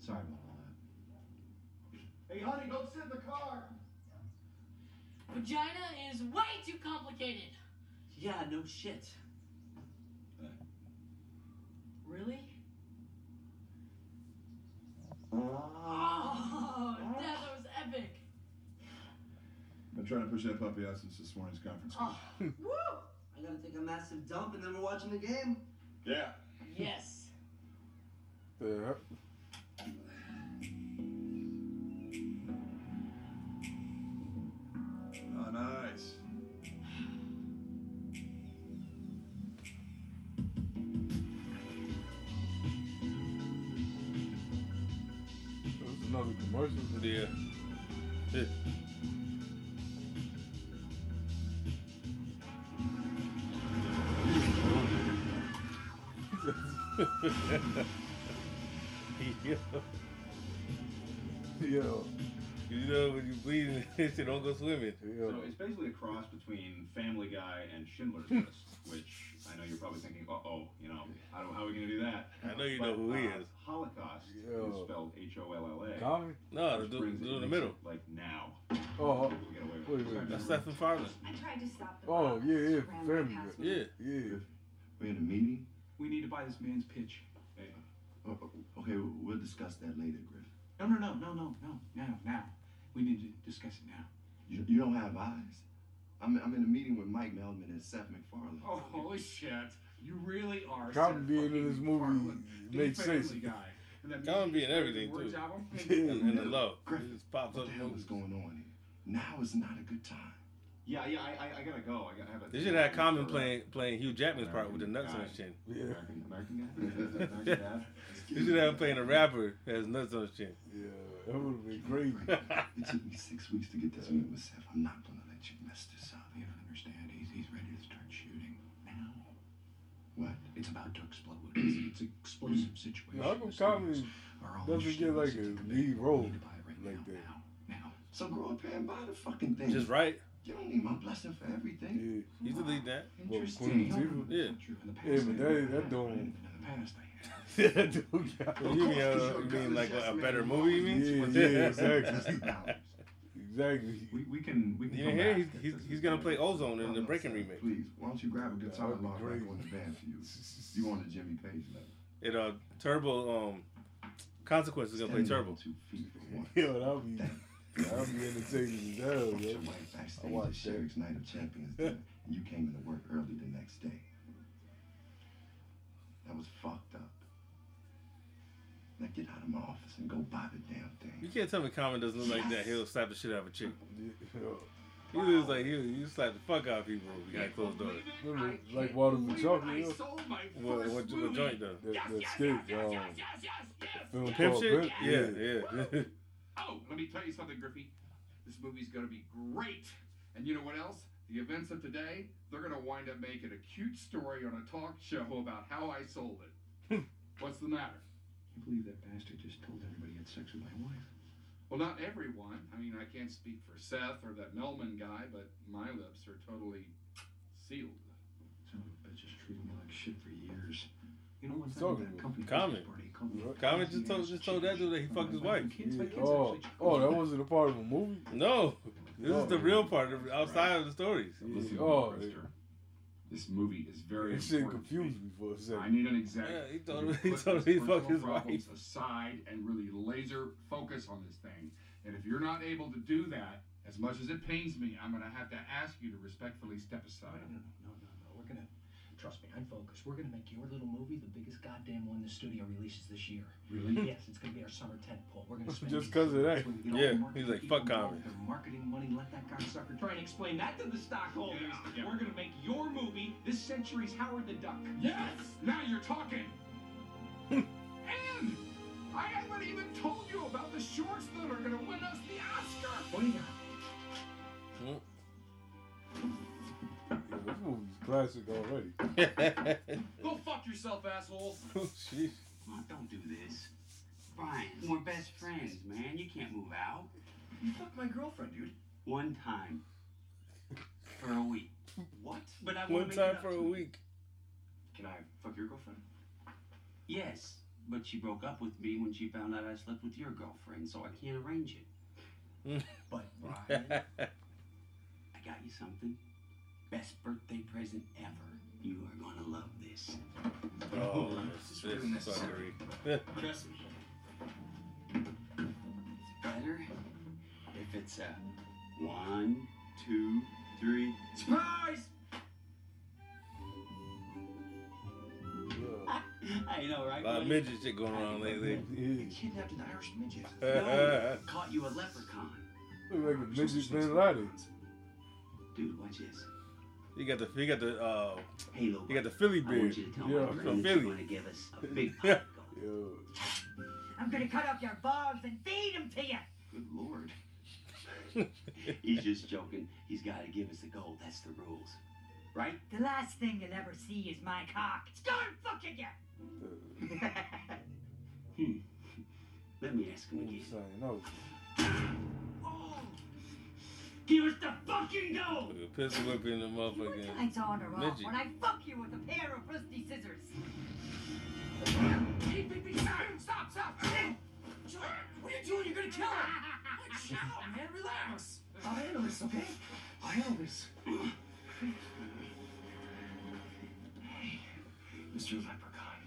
Sorry about all that.
Hey, honey, don't sit in the car.
Vagina is way too complicated.
Yeah, no shit.
Uh.
Really? Oh, Dad, that was
(laughs)
epic.
Been trying to push that puppy out since this morning's conference.
Oh,
Hmm.
woo! I gotta take a massive dump, and then we're watching the game.
Yeah.
Yes.
Yeah.
Oh, nice.
That's another commercial.
Yeah.
(laughs)
Yeah. Yo.
Yo.
You know when you (laughs) bleeding, you don't go swimming.
Yo.
So it's basically a cross between Family Guy and Schindler's List, which I know you're probably thinking, uh oh, you know, how, do- how are we going to do that?
I know you
But,
know who he
uh,
is.
Holocaust is
Yo.
spelled H O L L A.
Tommy?
No, the
which
dude-
brings
the
it-
dude in the
makes
middle.
it, Like now.
Oh,
People get away with
wait,
it.
wait.
That's Stephen Farland.
I tried to stop the
Oh,
bomb.
yeah, yeah.
Ran right
Family.
past me.
Yeah.
Yeah.
We had a meeting?
We need to buy this man's pitch.
Oh, oh, okay, we'll discuss that later, Griff.
No, no, no, no, no, no, now, now. We need to discuss it now.
You, you don't have eyes. I'm, I'm in a meeting with Mike Melman and Seth MacFarlane.
Oh, holy shit. You really are.
Cotton
Seth
being in this
fucking
movie
MacFarlane, the
makes sense.
Family Guy. And that
Colin
music
be
he
in
played
everything
the Words
too.
album.
And, and the
Yeah.
love.
Griff,
It just pops
what
up.
the hell is going on here?
Now is not a good time.
Yeah, yeah, I, I, I gotta go. I gotta have a.
They should have had Common playing playing Hugh Jackman's part with the nuts on his chin.
Yeah. American, American
(laughs)
guy? American
Yeah.
dad?
You should have him playing a rapper that has nuts on his chin.
Yeah, that would have been crazy.
it took me six weeks to get this meet with Seth. I'm not gonna let you mess this up. You don't understand. He's, he's ready to start shooting now. What? It's about to explode. (clears throat) It's, it's an explosive
Yeah,
situation.
how come Common doesn't get like a lead role like that?
So grow up and buy the fucking thing.
Just right.
You don't need my blessing for everything.
You can leave that.
Well,
Interesting.
Queen Latifah?
Yeah.
Yeah, but that, that don't.
(laughs) that don't (laughs) you mean, uh, you mean like a, a better movie? You mean?
Yeah,
(laughs)
yeah, exactly. exactly.
We, we can we can
You
come
hear
back.
he's, he's, he's gonna play Ozone in the Breaking remake.
Please, why don't you grab a guitar and lock back on the band for (laughs) you? You want a Jimmy Page level.
It uh Turbo um Consequence is gonna play Turbo.
(laughs) Yo, that'll be that'll be entertaining as hell, yo.
I watched Derek's Night of
(laughs)
Champions dinner, and you came into work early the next day. That was fucked up. Now get out of my office and go buy the damn thing.
You can't tell me Common doesn't look like that. He'll slap the shit out of a chick. He looks like he you slap the fuck out of people behind closed doors.
Remember, like water for chocolate, yo.
What what, what joint though?
That, that skit, um, film
Pimp
called
Shit?
Pimp?
Yeah, yeah. (laughs)
Oh, let me tell you something, Griffey. This movie's gonna be great. And you know what else? The events of today, they're gonna wind up making a cute story on a talk show about how I sold it.
Hmm.
What's the matter?
Hmm. You believe that bastard just told everybody he had sex with my wife?
Well, not everyone. I mean, I can't speak for Seth or that Melman guy, but my lips are totally sealed.
Son of a bitch has treated me like shit for years. You know what's
Talking Common. Common just told just told that dude that he fucked his wife.
Oh, oh, that wasn't a part of a movie.
No, this is the real part of outside of the stories.
Yeah. Oh, (laughs) yeah.
This movie is very
that shit
important.
confused me for a second.
I need an exec.
Yeah, he told
who
him- he
puts
told
his
him he
personal
fucked his
problems aside and really laser focus on this thing. And if you're not able to do that, as much as it pains me, I'm gonna have to ask you to respectfully step aside.
We're gonna trust me. I'm focused. We're gonna make your little movie the biggest goddamn one the studio releases this year.
Really?
yes, it's gonna be our summer tentpole.
(laughs)
We're gonna spend these-
Just 'cause of that.
when we get all
Yeah,
the marketing
he's like,
people
"Fuck Conrad."
involved, their Marketing money. Let that cocksucker try and explain that to the stockholders.
We're gonna make your movie this century's Howard the Duck.
Yes! Now you're talking! (laughs) and I haven't even told you about the shorts that are gonna win us the Oscar! What do you got?
Yeah, this movie's classic
(laughs)
already.
Go fuck yourself, asshole!
Mom, don't do this. Brian, we're best friends, man. You can't move out.
You fucked my girlfriend, dude.
One time. For a week.
What?
But I
One
want
time for a week.
Can I fuck your girlfriend? Yes, but she broke up with me when she found out I slept with your girlfriend, so I can't arrange it. but Brian, I got you something. Best birthday present ever. You are gonna love this. (laughs)
Oh,
This
this
is really necessary.
fuckery.
Trust me. It's better if it's a one, two, three. Surprise! (laughs) I know,
A
right?
lot of
buddy?
midget shit going on lately. (laughs)
You kidnapped an Irish midget.
No,
caught you a leprechaun.
Look like a midget Bin Laden.
Dude, watch this.
You got the you got the uh
Halo.
You got the Philly
I
beard.
want you to tell
Yeah,
my
from
friend that you want to
Philly.
give us a big
(laughs) Yeah.
I'm gonna cut off your balls and feed them to you.
Good lord. He's just joking. He's got to give us the gold. That's the rules. Right?
The last thing you'll ever see is my cock. It's gone fucking you.
Hmm. Let me ask him again.
Oh.
Give us the fucking gold.
Pistol whipping the motherfucking
Lights on or off
midget.
when I fuck you with a pair of rusty scissors.
Stop, stop! What are you doing? You're gonna kill her! Chill out, man. Relax.
I'll handle this, okay? I'll handle this.
Mr. Leprechaun.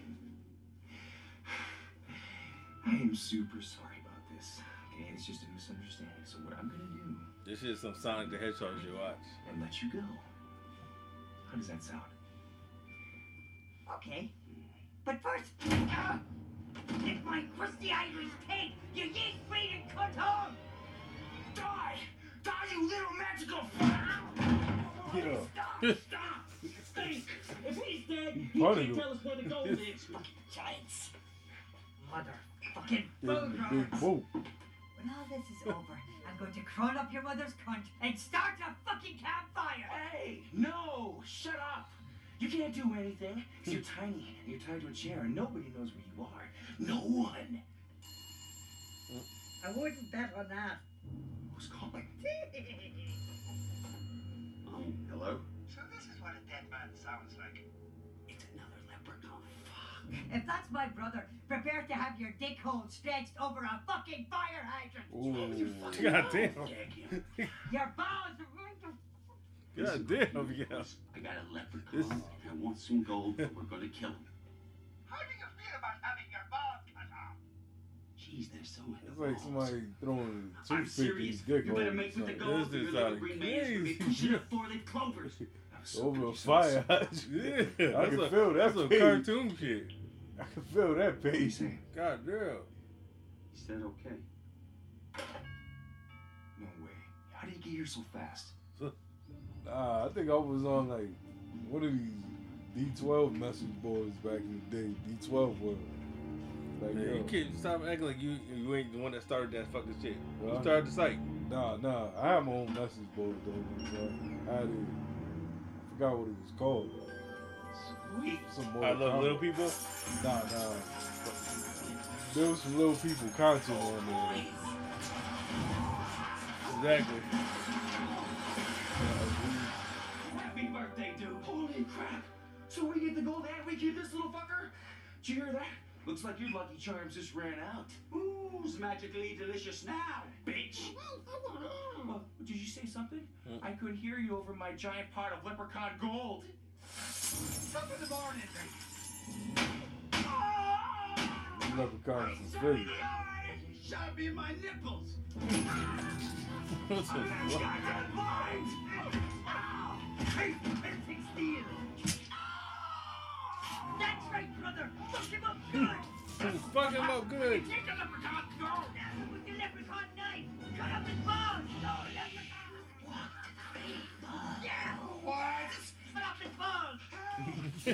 I am super sorry about this. Okay, it's just a misunderstanding. So what I'm gonna do
This shit is some Sonic the Hedgehog shit. Watch.
and let you go. How does that sound?
Okay. But first, ah, get my crusty Irish pig, you yeast breeding cunt home! Die!
Die, you little magical fuck!
Get up.
Stop! Stop! Think! If he's dead, you
Part of
can't
you.
tell us where the gold is. Fucking giants. Motherfucking
Big,
boogeries.
big boat.
When all this is over, I'm going to crawl up your mother's cunt and start a fucking campfire! Hey!
No, shut up. You can't do anything. 'cause you're tiny and you're tied to a chair and nobody knows where you are. No one.
I wouldn't bet on that.
Who's
(laughs)
calling? Um, Hello?
So this is what a dead man sounds like. It's another leprechaun. Fuck. If that's my brother, prepare to have your dick hole stretched over a fucking fire hydrant.
Ooh. (laughs) God damn.
Your balls are going to
God damn, yeah.
I got a leprechaun. I want some gold, but we're going to kill him.
How do you feel about having your balls cut off?
Jeez, there's so many.
It's like somebody throwing
I'm
toothpick in his
serious.
dick
You
hole.
better
or
make with the
something.
gold.
This
You're
is
like a
outta
green man's gonna be
crazy.
pushing
(laughs)
up four-leaf clovers.
Over a fire.
(laughs) Yeah,
(laughs) I
that's
can
a-
feel that
that's a
pain.
cartoon shit.
I can feel
(laughs)
that pain.
God damn.
He said okay.
No way. How did you get here so fast?
Nah, I think I was on like one of these D12 message boards back in the day. D12 was like
Man,
yo,
you can't stop acting like you you ain't the one that started that fucking shit.
Well,
you started the site.
Nah, nah. I have my own message board though. So I had it. I forgot what it was called.
Sweet.
Some
I love
content.
little people?
Nah, nah. There was some little people content on there.
Exactly. (laughs)
Happy birthday, dude. Holy crap. So we get the gold and we get this little fucker? Did you hear that? Looks like your Lucky Charms just ran out.
Who's magically delicious now, bitch?
Well, did you say something? I couldn't hear you over my giant pot of leprechaun gold. Up in the barn, Henry.
Leprechauns is fake.
Shot me in my nipples.
What the fuck?
Goddamn mind. Ow. Hey, perfect steel.
That's right, brother. Fuck him up good.
Fuck him up good. (laughs)
Take the leprechaun gold with the leprechaun knife. Cut up his balls. No, leprechaun. What? Yeah. What? Cut up his balls. I'm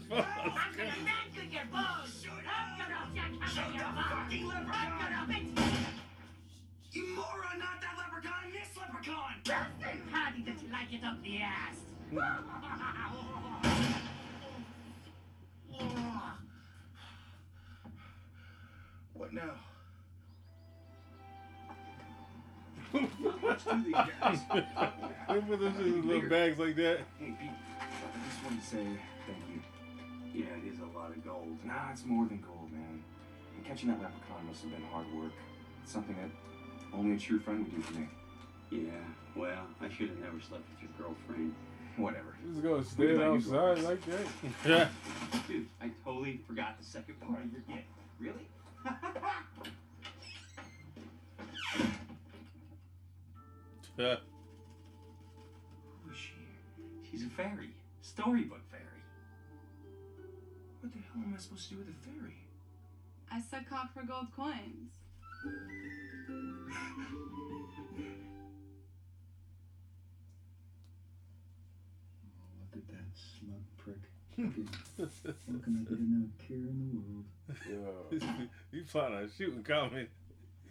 gonna mangle your balls. Shoot I'm gonna check out your balls.
Fucking leprechaun.
I'm gonna bitch.
You moron, not that leprechaun, this leprechaun.
Nothing, Paddy, that you like it up the ass.
(sighs)
What now? Let's do these
(laughs)
guys.
They put them shit in little bags like that.
Hey, Pete, I just want to say thank you. Yeah, it is a lot of gold. Nah, it's more than gold, man. And catching that leprechaun must have been hard work. It's something that only a true friend would do for me.
Yeah, well, I should have never slept with your girlfriend.
Whatever.
You just gonna stand outside like
(laughs)
that?
Dude, I totally forgot the second part of your gift. Really?
Who
is she? She's a fairy. Storybook fairy.
What the hell am I supposed to do with a fairy?
I suck cock for gold coins.
Oh, Look at that smug prick. (laughs) what can I do now? Care in
(laughs)
the world.
you plan on shooting comment.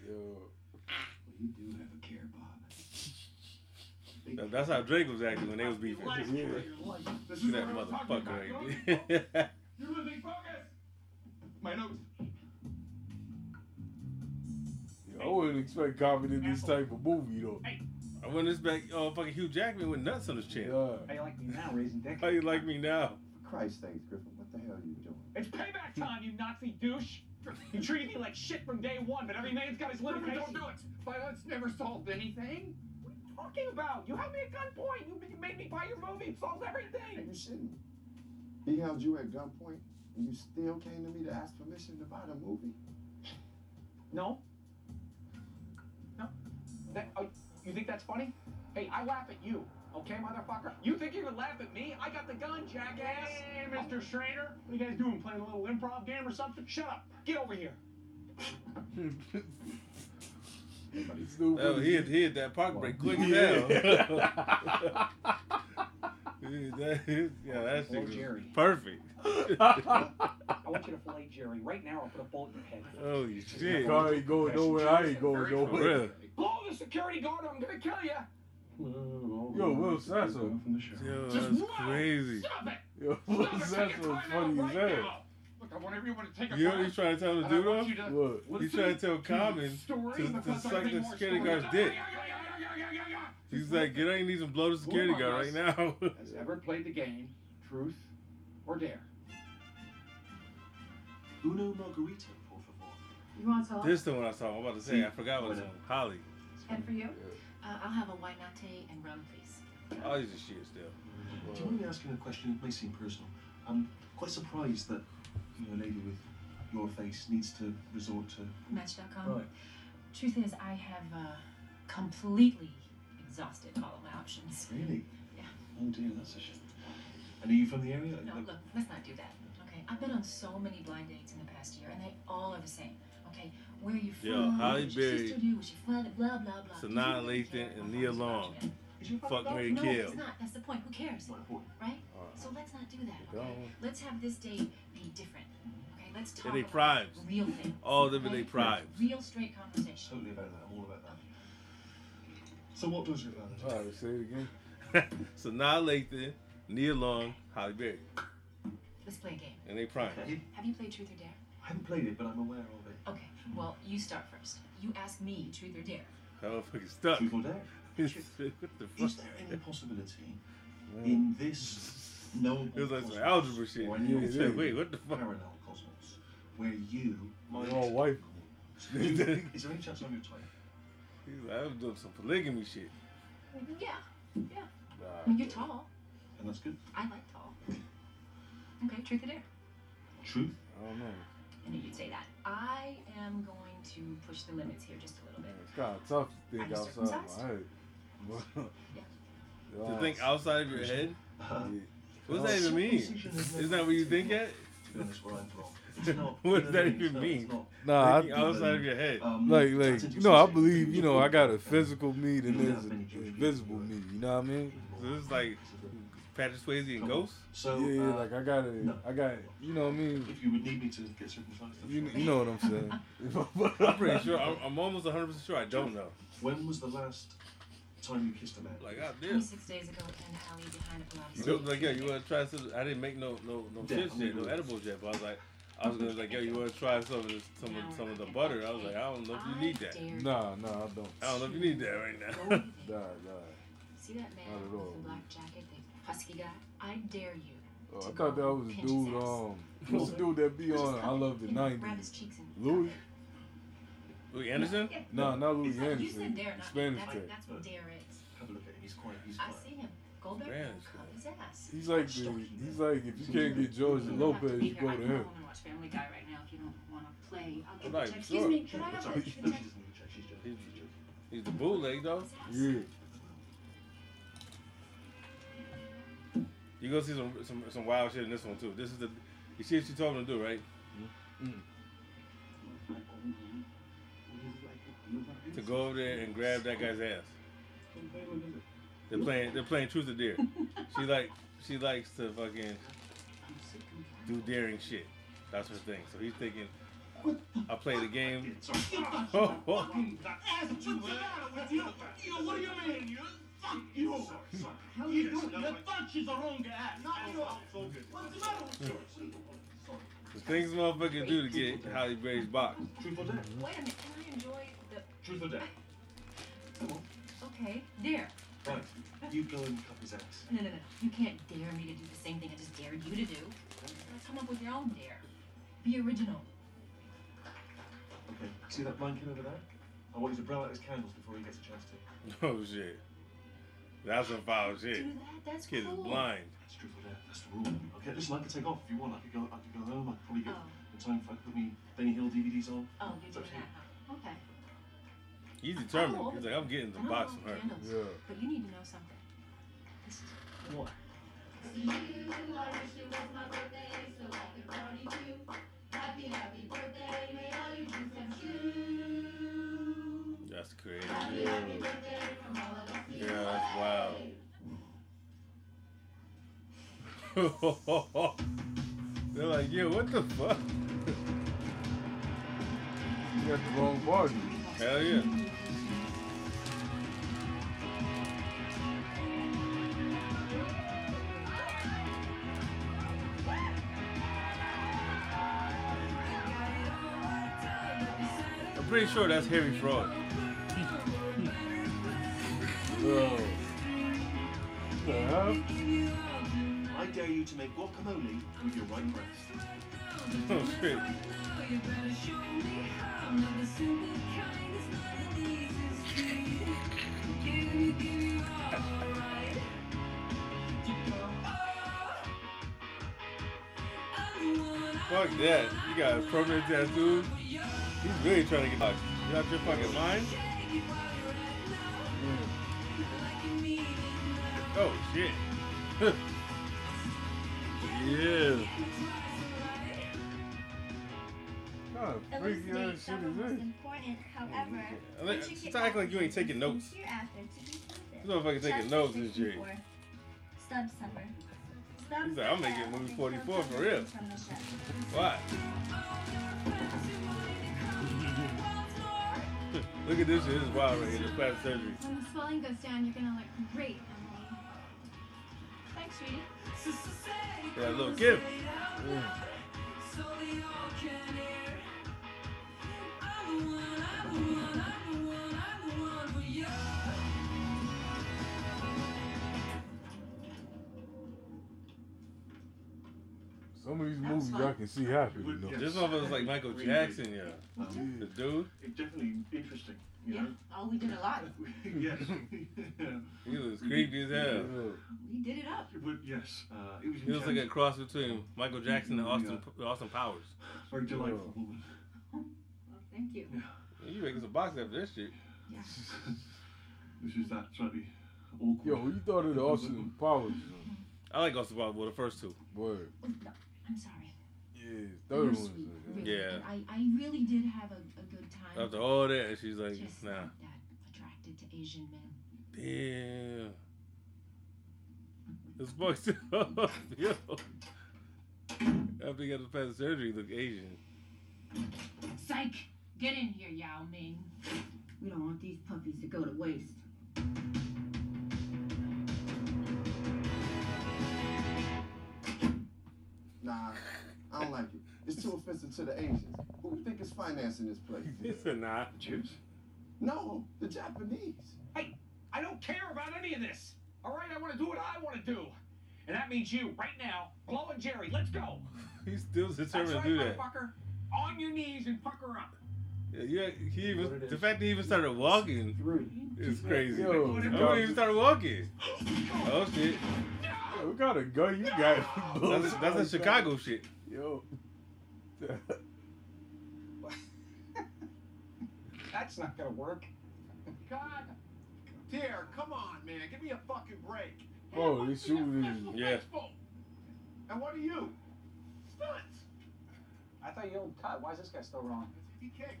Well, you do have a care, Bob.
That- That's how Drake was acting when they was beefing.
Life
Look
for your life. This
at
is
that
what I'm talking about,
motherfucker right
(laughs)
there.
You're losing focus! My notes.
I wouldn't expect comedy in this type of movie though.
I want this back. Oh, fucking Hugh Jackman with nuts on his chin.
How
you like me now, raising dick?
How you like me now?
Christ sakes, Griffin, what the hell are you doing?
It's payback time, you Nazi douche! (laughs) You treated me like shit from day one, but every man's got his limitations.
Don't do it! Violence never solved anything.
What are you talking about? You had me at gunpoint. You, you made me buy your movie. It solves everything.
You shouldn't. He held you at gunpoint, and you still came to me to ask permission to buy the movie?
No. No. That, oh, you think that's funny? Hey, I laugh at you. Okay, motherfucker. You think you can laugh at me? I got the gun, jackass. Hey, Mr. Schrader. What are you guys doing? Playing a little improv game or something? Shut up. Get over here.
It's no
Oh,
reason.
he hit, he hit that park brake quick as hell.
Yeah.
Dude, that is- yeah, that
Or
shit was
Jerry.
perfect.
I want you to fillet Jerry right now. I'll put a bullet in your head.
Holy shit.
I ain't going nowhere. I ain't going nowhere.
Blow the security guard. or I'm gonna kill you.
Yo, Will Sasso.
Yo,
Just
that's
what?
crazy.
Yo, (laughs) Will Sasso is funny as hell.
Look, I want everyone to take a
You know what he's
breath.
trying to tell him to
And I
do
want
though?
you to
What? He's
listen
trying to tell
the
Common
story
to, to
because I
suck
need
the
more
security
stories.
guard's dick. He's like, get ain't even blow the security
Who
guard
among
right
us
now.
has
(laughs)
ever played the game Truth or Dare?
Uno margarita, por favor.
You want some?
this the one I saw. I'm about to say. I forgot what it's on. Holly.
And for you?
Uh, I'll have a white latte and rum, please.
Holly's a shit still.
Do you mind me asking a question? It may seem personal. I'm quite surprised that you know, a lady with your face needs to resort to.
Um, Match.com.
Right.
Truth is, I have uh, completely exhausted all of my options.
Really?
Yeah.
Oh dear, that's a shame. And are you from the area?
No, look, let's not do that. Okay, I've been on so many blind dates in the past year, and they all are the same. Okay, where are you from?
Yo, Halle
What
Berry,
your sister do? What's your father? Blah blah blah.
Sanaa Lathan and Nia Long. Fuck Mary
no,
Kill.
it's not. That's the point. Who cares? Right? So let's not do that.
Go
Okay?
on.
Let's have this date be different. Okay, let's talk
They're they
about
primes.
real things.
All of them are they
okay?
primes.
Real straight conversation.
Totally about that. I'm all about that. So what does your father
All right, say it again.
(laughs) Sanaa Lathan, Nia Long, Holly Berry.
Let's play a game.
And they prime.
Have you played Truth or Dare?
I haven't played it, but I'm aware of it. Hmm.
Okay. Well, you start first. You ask me Truth or Dare.
That motherfucker's stuck.
Truth or Dare?
(laughs) what the fuck?
Is there any possibility in this knowable
It was like some
cosmos
algebra
(laughs)
shit.
or
You
knowable
said, wait, what the fuck?
Parallel cosmos, where you might.
They're all white.
Do (laughs) you think- Is there any chance I'm your type?
He's like, I was doing some polygamy shit.
Mm-hmm.
Yeah. Yeah. I mean, you're tall.
And that's good.
I like tall. Okay, truth or dare.
Truth?
I don't know.
I knew you'd say that. I am going to push the limits here just a little bit.
It's kind of tough to
Are
think
you
outside
circumcised?
my head.
To think outside of your head?
Uh-huh.
What does that
Uh,
even mean?
circumcision is
Isn't that what you think at?
To be honest, where I'm from,
(laughs)
it's not.
What does that
it's
even
not-
mean?
it's not-
Nah, I-
Thinking outside of your head.
Um,
Like, like, you know, I believe, you know, I got a physical me and there's an invisible me. You know what I mean?
So this is like Patrick Swayze and Ghost?
So,
yeah, yeah,
uh,
like I got it. I got, you know what I mean?
If you would need me to get circumcised, that's
You,
fine.
you know what I'm saying?
I'm pretty sure. I'm, I'm almost 100% sure I don't know.
When was the last time you kissed a man?
Like, I did.
26 days ago in an alley behind a Pilates.
So, like, yo, you want to try some? I didn't make no no no
Yeah,
chips
I'm
yet,
gonna do
no
it.
edibles yet. But I was like, I was gonna like, yo, you want to try some of this, some of, some of the butter? I was like, I don't know if you need that.
Nah, nah, I don't.
I don't know if you need that right
Go
now.
with it.
Nah, nah.
See that
Not
man
at
with
all.
the black jacket, the husky guy? I dare you.
Oh,
to
I
go
thought that was a
pinch his
dude.
ass.
Um,
(laughs)
what's the dude that be
Just
on? I
come
love the
and Grab
'90s.
his cheeks and.
Louis?
Louis Anderson?
Nah, not Louis
It's like- You said
Anderson.
dare, not me.
Spanish
That's,
guy.
that's what dare is.
Have a look at him. He's quite. He's
I
quite.
see him. Go back there and
Spanish
cut his ass.
He's like the, he's like if you can't get George
You don't have
Lopez,
be
you
here.
go
I
to
can
him.
go and watch Family Guy right now if you don't want to play. I'll get
Right,
the check.
sure.
Excuse me, could
(laughs)
I
It's
have
all
the
right.
check?
No, she doesn't need to check. She's
He's,
joking. She's joking.
he's the bootleg though.
Yeah.
You gonna see some some some wild shit in this one too. This is the you see what she told him to do, right? To go over there and grab that guy's ass. They're playing they're playing truth or dare. She like she likes to fucking do daring shit. That's her thing. So he's thinking I play the game. (laughs) Oh, oh.
What's the matter with you? You, what do you mean? You, fuck you. How you doing? The fuck is a wrong guy. Not you. What's the matter with you?
The things motherfuckers do to get Holly Berry's box.
Truth or dare?
Wait a minute, can I enjoy the.
Truth or dare?
Okay, dare.
Right. You go and cut his ass.
No, no, no, no. You can't dare me to do the same thing I just dared you to do. Come up with your own dare. Be original.
Okay. See that blind kid over there? I want you to blow out his candles before he gets a chance to.
(laughs) Oh shit. That's some foul shit.
Do that, that's
This kid
cool.
is blind.
That's truth or dare. That's the rule. Okay. Listen, I could take off if you want. I could go. I could go home. I could probably get
Oh.
the time if I put me Benny Hill DVDs on.
Oh,
It's
you're
up to
doing
you.
that. huh? Okay.
He's
Oh.
determined. He's like, I'm getting the
I don't
box
want
from her.
candles,
Yeah.
But you need to know something. This is war.
That's the (laughs) They're like, yo, what the fuck?
You got the wrong party.
Hell yeah. I'm pretty sure that's Harry Fraud.
Bro.
I dare you to make guacamole with your right breast.
Oh shit. Fuck that. You got a permanent tattoo? He's really trying to get out. You out your fucking mind? Oh shit. (laughs) yeah.
God,
At
freaky
least the
ass shit is
was
this?
important. However,
I like-
we should
Stop
get
acting like
back
you ain't
to
taking
things
notes.
hereafter to be
This
pleasant.
motherfucker taking
Chapter
notes and shit.
64. Stub summer. Stub
He's like, I'm making
summer
movie
until
44 for
summer
real.
from the ship.
Why? (laughs) Look at this shit. This is wild right here. This plastic surgery.
When the swelling goes down, you're gonna look great, Emily. Thanks, sweetie.
Yeah, look, give. Mm.
Some of these movies I can see happen. You know?
This motherfucker's like Michael Jackson, yeah. The dude.
It's definitely interesting. You
Yeah.
know?
Oh, we did a lot.
(laughs) yes.
He was creepy as hell.
We did it up.
But yes, uh, it was.
He was like a cross between Michael Jackson and Austin Austin Powers.
Very delightful woman.
Well, thank you.
You making some box after this shit.
This is that slightly awkward.
Yo, who you thought of the Austin Powers?
I like Austin Powers, well, the first two.
Word.
Oh, I'm sorry.
Yeah,
You're
third
sweet,
one.
really,
Yeah.
and I, I really did have a, a good time.
After all that, she's like,
Just
nah.
not that attracted to Asian men.
Damn. This fucked up, yo. After he got the plastic surgery, he looked Asian.
Psych! Get in here, Yao Ming.
We don't want these puppies to go to waste.
Nah, I don't like it. It's too offensive to the Asians. Who we think is financing this place?
(laughs) He said, nah.
Jews? No, the Japanese.
Hey, I don't care about any of this. All right, I want to do what I want to do, and that means you right now, Glow and Jerry.
(laughs)
Let's go.
He still
That's
determined
right,
to do that.
motherfucker. On your knees and pucker up.
Yeah, yeah, he even, the fact that he even started walking is crazy.
Yo,
Yo,
God.
he even started walking. Oh shit,
Yo, what kind of gun you got? (laughs)
that's that's a Chicago shit.
Yo. (laughs)
That's not gonna work.
God, dear, come on, man, give me a fucking break.
Bro, this Oh, shooting
Yeah,
And what are you? Stunts.
I thought you owned cut. Why is this guy still wrong?
He can't.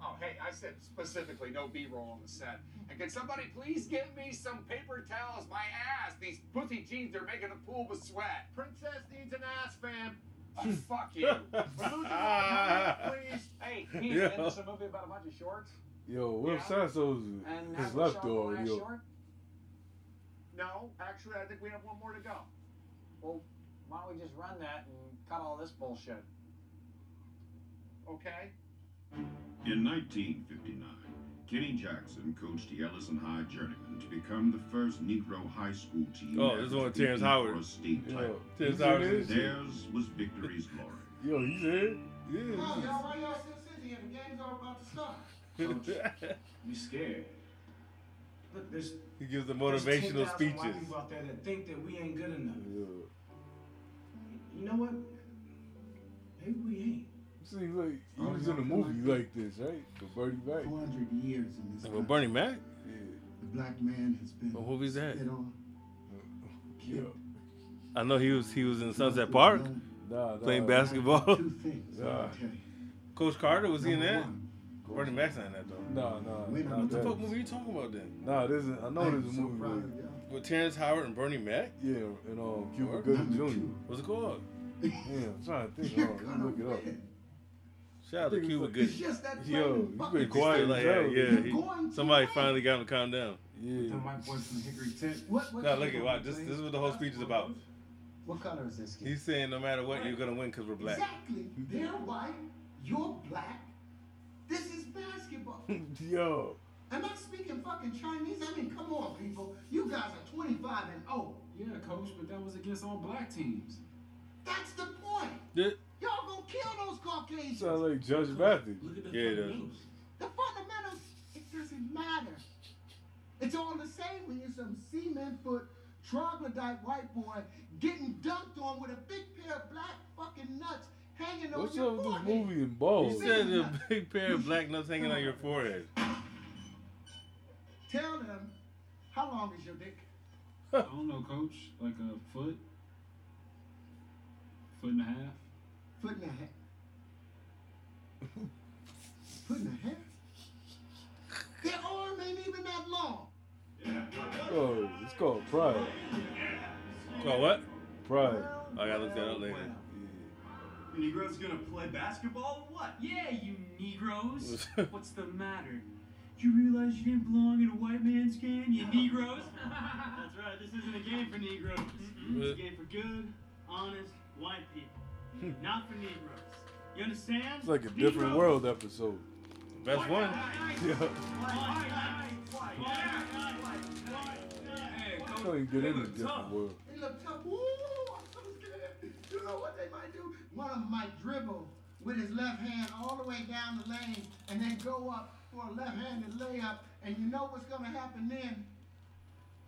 Oh, hey, I said specifically no B-roll on the set. And can somebody please give me some paper towels? My ass, these booty jeans, they're making a pool with sweat. Princess needs an ass, fam. Oh, fuck you. We're (laughs) losing our mind, please.
Hey,
he's in this
movie about a bunch of shorts.
Yo, what if Sanso's
Mm.
And
his
that was
left
our
door,
last
yo?
short?
No, actually, I think we have one more to go.
Well, why don't we just run that and cut all this bullshit?
Okay.
In 1959, Kenny Jackson coached the Ellison High Journeymen to become the first Negro high school team.
Oh, this is
ever
one
to
Terrence
compete
Howard.
for a state
Yeah.
title.
Terrence Howard is-
Theirs was victory's
(laughs)
glory.
Yo, he's
Yeah.
here?
Come on,
Oh,
y'all. Why y'all still sitting here? The game's all about to start.
(laughs)
You scared. Look, there's
he gives the
there's 10,000
motivational
white
speeches.
people out there that think that we ain't good enough. You know what? Maybe we ain't.
See, like, he was in a movie like this, right? For Bernie Mac.
400 years in this
Well, Bernie Mac?
The black man has been.
What movie is that?
spit on,
Yeah.
I know he was he was in Sunset Park
Nah, nah.
playing basketball. (laughs)
Nah.
Coach Carter was he in
Number
that? Bernie Mac's not in that though.
Nah, nah.
What
not
the
that.
fuck movie are you talking about then?
Nah, this is, I know this is a movie. but
with Terrence Howard and Bernie Mac?
Yeah, and um, Cuba Gooding Jr.
What's it called?
(laughs) Yeah, I'm trying to think. Hold on, let me look it up.
Shout out to Cuba Gooding.
It's just that Yo, you been quiet
like
like
that. Yeah,
Yeah,
he- somebody finally got him to calm down.
Yeah.
My boy from Hickory Tent.
Now look at watch. This, this is what the whole speech is about.
What color is this kid?
He's saying no matter what, you're gonna win because we're black.
Exactly. They're white. You're black. This is basketball.
(laughs) Yo.
Am I speaking fucking Chinese? I mean, come on, people. You guys are 25 and oh. old. Yeah, coach, but that was against all black teams. That's the point.
Did-
Y'all gonna kill those Caucasians.
Sound like Judge Mathis.
Yeah, it does.
The fundamentals, it doesn't matter. It's all the same when you're some cement foot troglodyte white boy getting dunked on with a big pair of black fucking nuts hanging
What's
on your
up with this
forehead.
movie
(laughs)
and balls?
He said a (laughs) big pair of black nuts hanging on your forehead.
Tell them how long is your dick?
I don't know, coach. Like a foot, foot and a half.
Foot and a half. Foot and a half? Their arm ain't even that long.
Oh, it's called Pride.
Called what? Oh,
Pride.
I gotta look that up later.
Negroes gonna play basketball?
(laughs)
What? Yeah, you Negroes. What's the matter? Do you realize you didn't belong in a white man's game, you
(laughs)
Negroes? That's right, this isn't a game for Negroes. Mm-mm, It's a game for good, honest, white people. Not for Negroes. You understand?
Hmm. It's like a different
Negroes.
world episode.
Best
(laughs)
one.
Yeah. I
Hey,
don't even get in a different world.
They look tough. Ooh, I'm so scared. You know what they might do? One of them might dribble with his left hand all the way down the lane and then go up for a left-handed layup. And you know what's gonna happen then?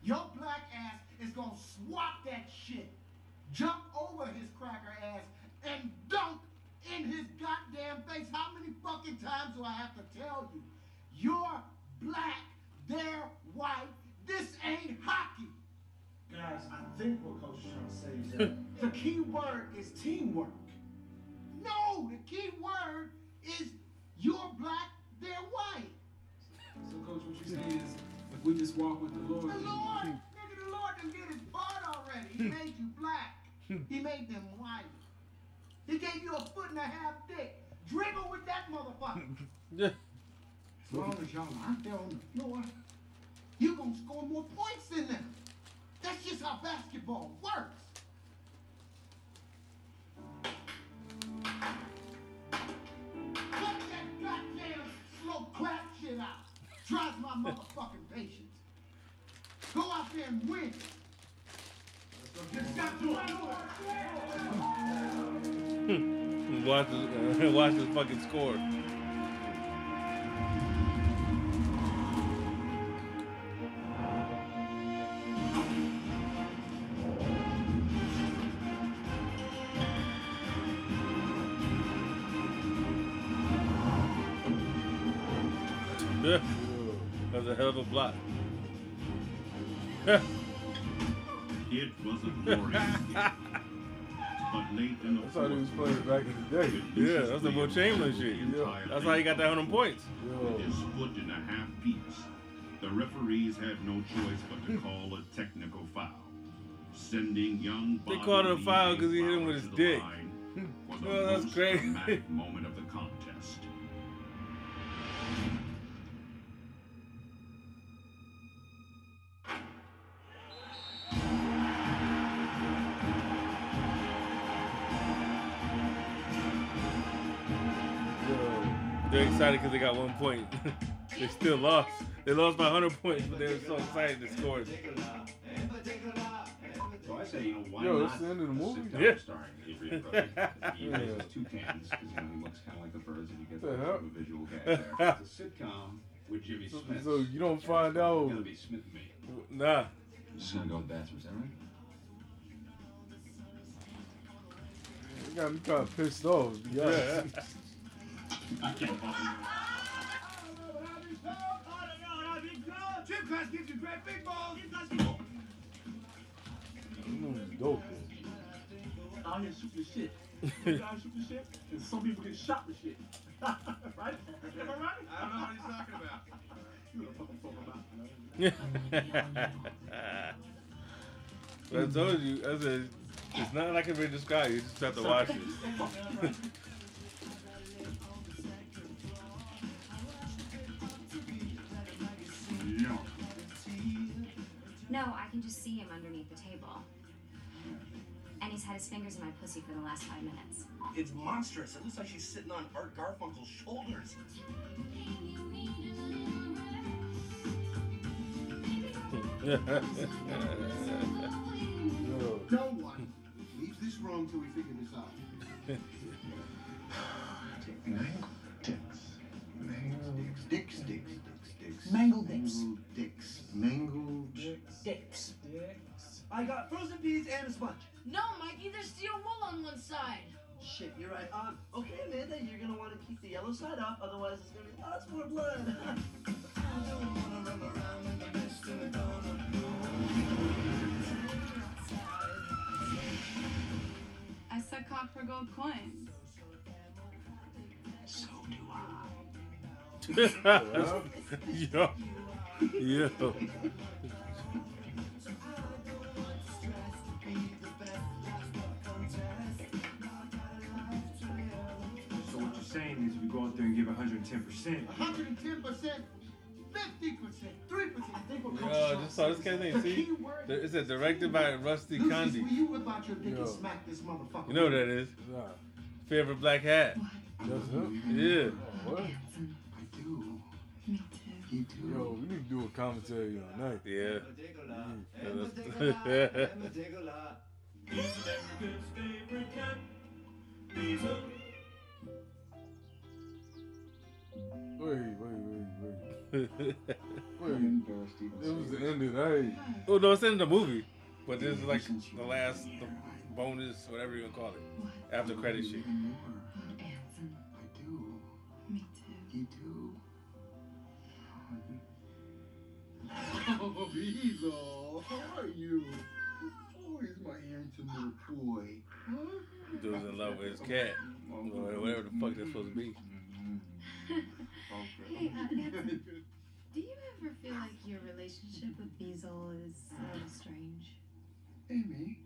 Your black ass is gonna swap that shit, jump over his cracker ass, and dunk in his goddamn face. How many fucking times do I have to tell you? You're black, they're white. This ain't hockey.
Guys, I think what Coach is trying to say is that
(laughs)
The key word is teamwork. No, the key word is you're black, they're white.
So, coach, what you're saying is if we just walk with the Lord.
The Lord, nigga, the Lord done did his part already. He made you black. He made them white. He gave you a foot and a half dick. Dribble with that motherfucker.
Yeah.
As long as y'all out there on the floor, you gonna score more points than them. That's just how basketball works. Cut that goddamn slow clap shit out. Drives my motherfucking patience. Go out there and win. Just got to
Watch this, (laughs) watch this fucking score. (laughs) Yeah. That's a hell of a block.
(laughs) It was a
(laughs)
glorious game. But late in the
That's how they was playing back in the day.
Yeah, that's the Will Chamberlain shit. That's how he got that hundred points.
It is split in a half piece. The referees had no choice
(laughs)
but to call a technical foul. Sending young
They
Bobby
called it a
Lee
foul because he hit him
Bowers
with his
to the
dick.
line was the
Well, Oh, that's
most
crazy. (laughs)
dramatic moment of the contest.
They're excited because they got one point. (laughs) they still lost. They lost by 100 points, but they were so excited they scored.
So I say, you know, why
Yo,
not?
it's the end of the
a
movie?
sit-down
Yeah.
Starring Adrian Brody.
(laughs)
He
Yeah.
raises two cans because you know he looks kind of like the birds, and you get
The
the
hell?
sort of visual gag there. It's a sitcom with Jimmy
So,
Smith.
so you don't find out.
Gonna be Smith me.
Nah.
I'm just gonna go to the bathroom. Is that right?
It got me kind of pissed off. to be honest. (laughs)
Gym class gives you great big balls.
That movie's dope.
out here shooting shit. You guys shooting shit, and some people get shot with shit. right? Am I right? I don't know what he's talking about. you know what I'm talking about.
That's I told you, I said, it's nothing I can really describe. You just have to watch it. (laughs)
No, I can just see him underneath the table. And he's had his fingers in my pussy for the last five minutes.
It's monstrous. It looks like she's sitting on Art Garfunkel's shoulders.
No one leaves this room till we figure this out. Dicks, dicks, dicks, dicks.
Mangled dicks.
Mangled dicks. Mangled
Dicks. I got frozen peas and a sponge.
No, Mikey, there's steel wool on one side.
Shit, you're right. Um, okay, Amanda, you're gonna want to keep the yellow side up, otherwise it's gonna be lots more blood. (laughs)
I suck cock for gold coins.
So do
(laughs)
yo, yo.
So what you're saying is we go out there and give 110%.
110 percent, 50 percent, 3 percent. I think we're
Yo, just saw this guy's name. See, There- it's a directed by Rusty Condi.
You whip out your dick
Yo.
and smack this motherfucker.
You know who that is? Favorite black hat.
That's him?
Yeah.
I do. You do. (laughs)
(laughs)
Yo, we need to do a commentary on that.
Yeah.
Wait,
(laughs)
wait, wait, wait.
I'm
wait. It was the end of that.
Oh no, it's in the movie, but this is like the last the bonus, whatever you want to call it, after credit sheet.
You do. (laughs) Oh, he's all. How are you? Oh, he's my handsome little boy. Huh?
Dude's in love with his cat, or whatever the fuck that's supposed to be.
Hey, uh, Anson, do you ever feel like your relationship with Beazle is sort of strange?
Amy,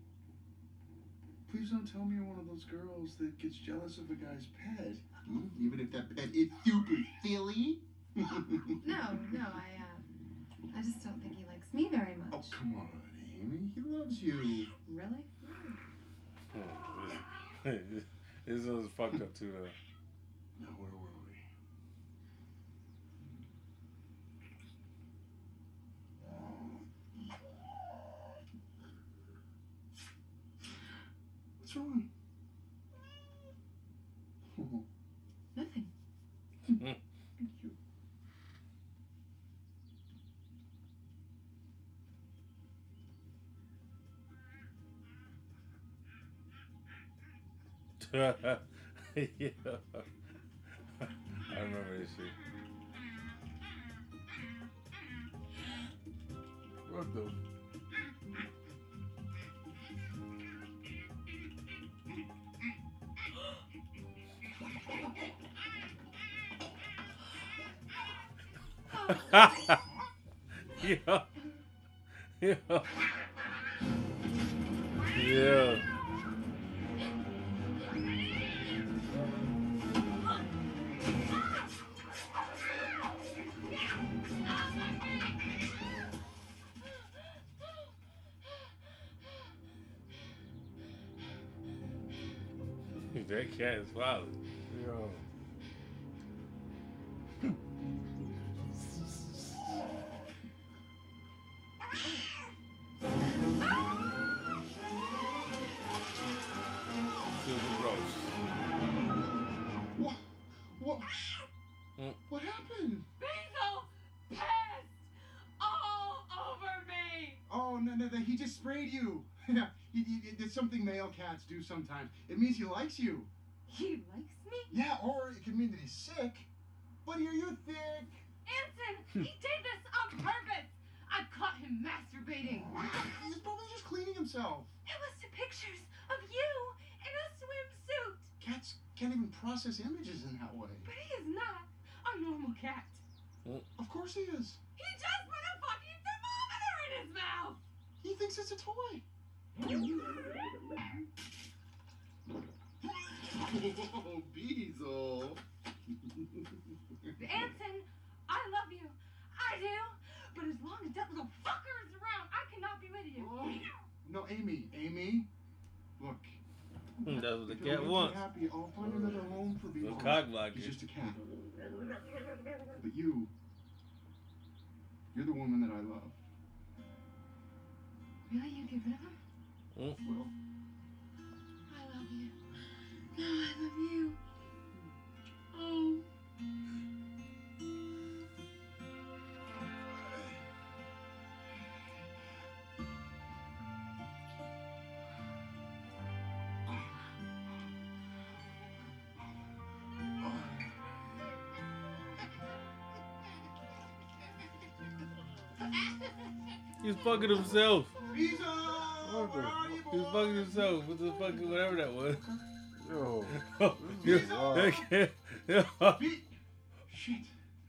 please don't tell me you're one of those girls that gets jealous of a guy's pet. Hmm? Even if that pet is super (laughs) silly. no,
No, no, I, um, I just don't think he likes me very much.
Oh, come on, Amy. He loves you.
Really?
(laughs) this was fucked up too though.
Now, where were we? What's wrong?
Nothing.
yeah. I remember this shit.
(laughs) What the?
yeah. Yeah. Yeah. (laughs) That cat is wild.
Yo.
Super gross.
What? What? What happened?
Basil pissed all over me.
Oh, no, no, no. He just sprayed you. (laughs) Yeah, he- he- There's something male cats do sometimes. It means he likes you.
He likes me?
Yeah, or it could mean that he's sick. Buddy, are you thick?
Anson, he did this on purpose. I caught him masturbating.
He's probably just cleaning himself.
It was the pictures of you in a swimsuit.
Cats can't even process images in that way.
But he is not a normal cat.
Of course he is.
He just put a fucking thermometer in his mouth.
He thinks it's a toy. (laughs) Oh,
(laughs)
Beezle. (laughs)
Anson, I love you. I do. But as long as that little fucker is around, I cannot be with you.
No, Amy. Amy. Look.
That's what the
if it
cat
makes you
wants.
Happy. I'll Oh, find another home for
Little
Beezle.
cock blocker.
He's just a cat. But you. You're the woman that I love.
Really? You get rid of him?
Mm.
Well,
I love you. No, I love you. Oh.
He's fucking himself.
Beezle! Where are you,
He's fucking himself with the fucking whatever that was. (laughs)
Yo.
Yo,
this is wild.
that kid- yo.
Be- Shit.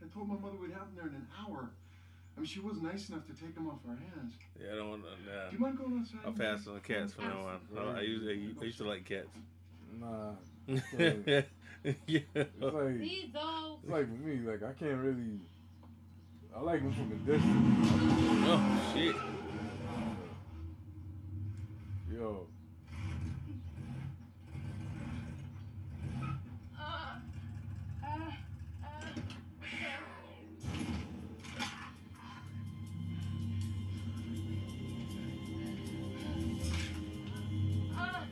I told my mother we'd have him there in an hour. I mean, she was nice enough to take him off our hands.
Yeah, I don't want to. Nah.
Do you mind going outside?
I'll pass on cats from now on. I, I, used, I used to like cats.
Nah.
yeah.
It's like,
These though.
it's like for me, like I can't really. I like him from a distance.
Oh, shit.
Yo,
Uh, uh, uh. Uh, uh.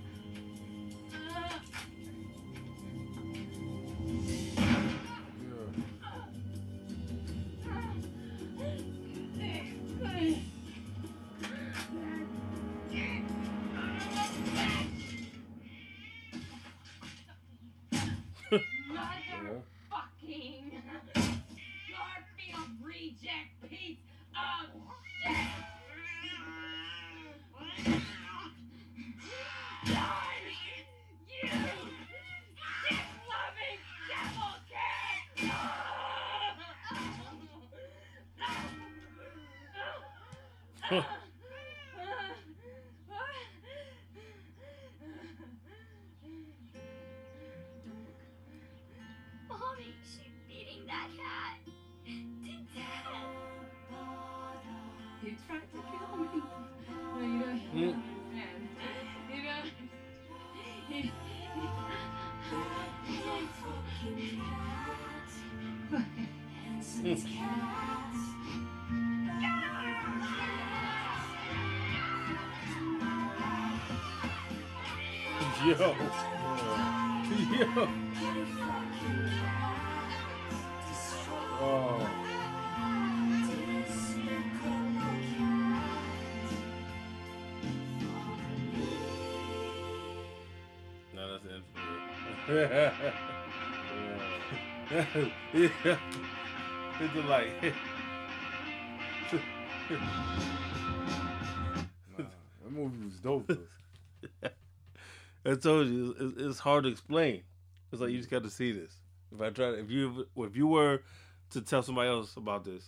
Motherfucking Garfield reject Oh, piece of shit! (laughs) Die, You dick-loving devil kid!
Mommy, she's beating that cat to death. You tried to kill me. No, you don't. You don't understand. You don't. You-
(laughs) Yo. Yo.
oh,
No, that's the end (laughs) for it. yeah. It's a like.
that movie was dope. though.
(laughs) I told you, it's, it's hard to explain. It's like you just got to see this. If I try, if you if you were to tell somebody else about this,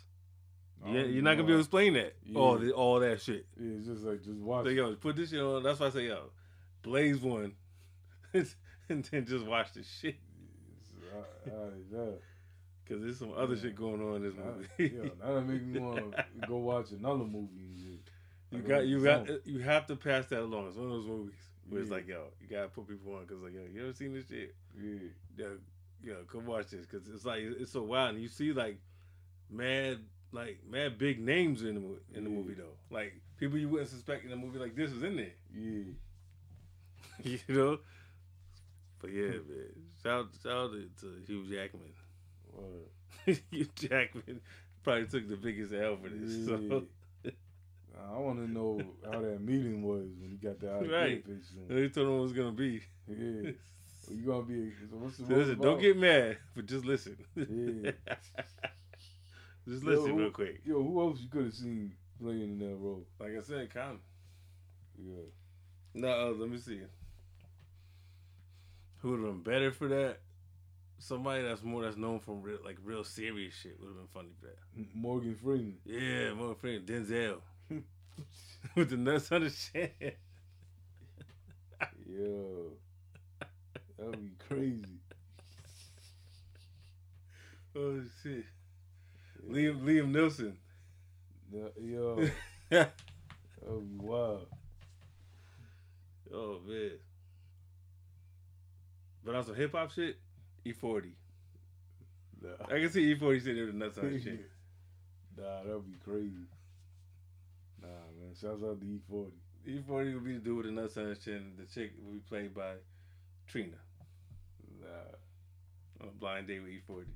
I
yeah,
don't
you're not gonna be
Oh, know.
able to explain that. All
Yeah.
the, all that shit.
Yeah, it's just like just watch.
So yo, put this shit on. That's why I say yo, blaze one, (laughs) and then just watch this shit.
I, I, yeah.
Cause there's some other shit going on in this
Now-
movie.
yeah, now that
(laughs)
make me want to go watch another movie. And shit.
You
Like,
got
on
you
its
got
own.
you have to pass that along. It's one of those movies where it's
Yeah.
like yo, you gotta put people on because like yo, you ever seen this shit?
Yeah,
yo, yo, come watch this because it's like it's so wild. And you see like mad like mad big names in the mo- in the movie though, like people you wouldn't suspect in a movie like this is in there.
Yeah.
you know. But yeah,
Hmm.
man, shout shout out to, to Hugh Jackman. (laughs) Hugh Jackman probably took the biggest L for this. So. (laughs)
I want to know how that meeting was when you got the idea
Right.
picture.
They told him it was gonna be. (laughs)
Yeah. Well, you gonna be? What's the
So listen,
about?
don't get mad, but just listen. (laughs)
Yeah.
just
Yo,
listen
who-
real quick.
Yo, who else you could have seen playing in that role?
Like I said, Common.
Yeah.
No, uh, let me see. Who would have been better for that? Somebody that's more that's known from real, like real serious shit would have been funny for that.
M- Morgan Freeman. (laughs)
(laughs) Yeah, my friend Denzel with the nuts on the chin.
Yo, that would be crazy.
Oh shit. Liam Liam Nielsen.
Yo,
(laughs)
yo. that would be wild.
Oh man. But also hip hop shit, E forty. I can see E forty sitting there with nuts on his shit.
(laughs) Nah, that would be crazy. Nah, man. Shouts out to E forty.
E forty would be the dude with the nuts on his chin. The chick would be played by Trina.
Nah,
On a blind date with E forty.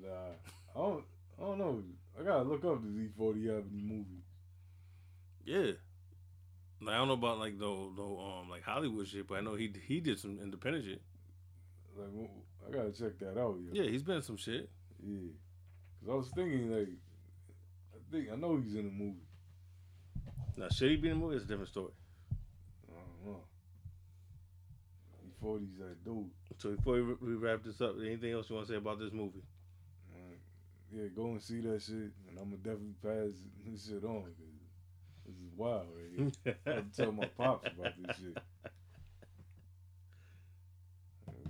nah. I don't. I don't know. I gotta look up the Z forty Avenue movie.
Yeah. Like, I don't know about like no no um like Hollywood shit, but I know he he did some independent shit.
Like, wh- I gotta check that out. Yo.
Yeah, he's been in some shit.
Yeah. Cause I was thinking like, I think I know he's in the movie.
Now should he be in the movie? It's a different story.
I don't know. E forty's that dude.
So before we- we wrap this up, anything else you want to say about this movie?
Like, yeah, go and see that shit, and I'm gonna definitely pass this shit on. 'cause This is wild right here. I had to tell my pops about this shit.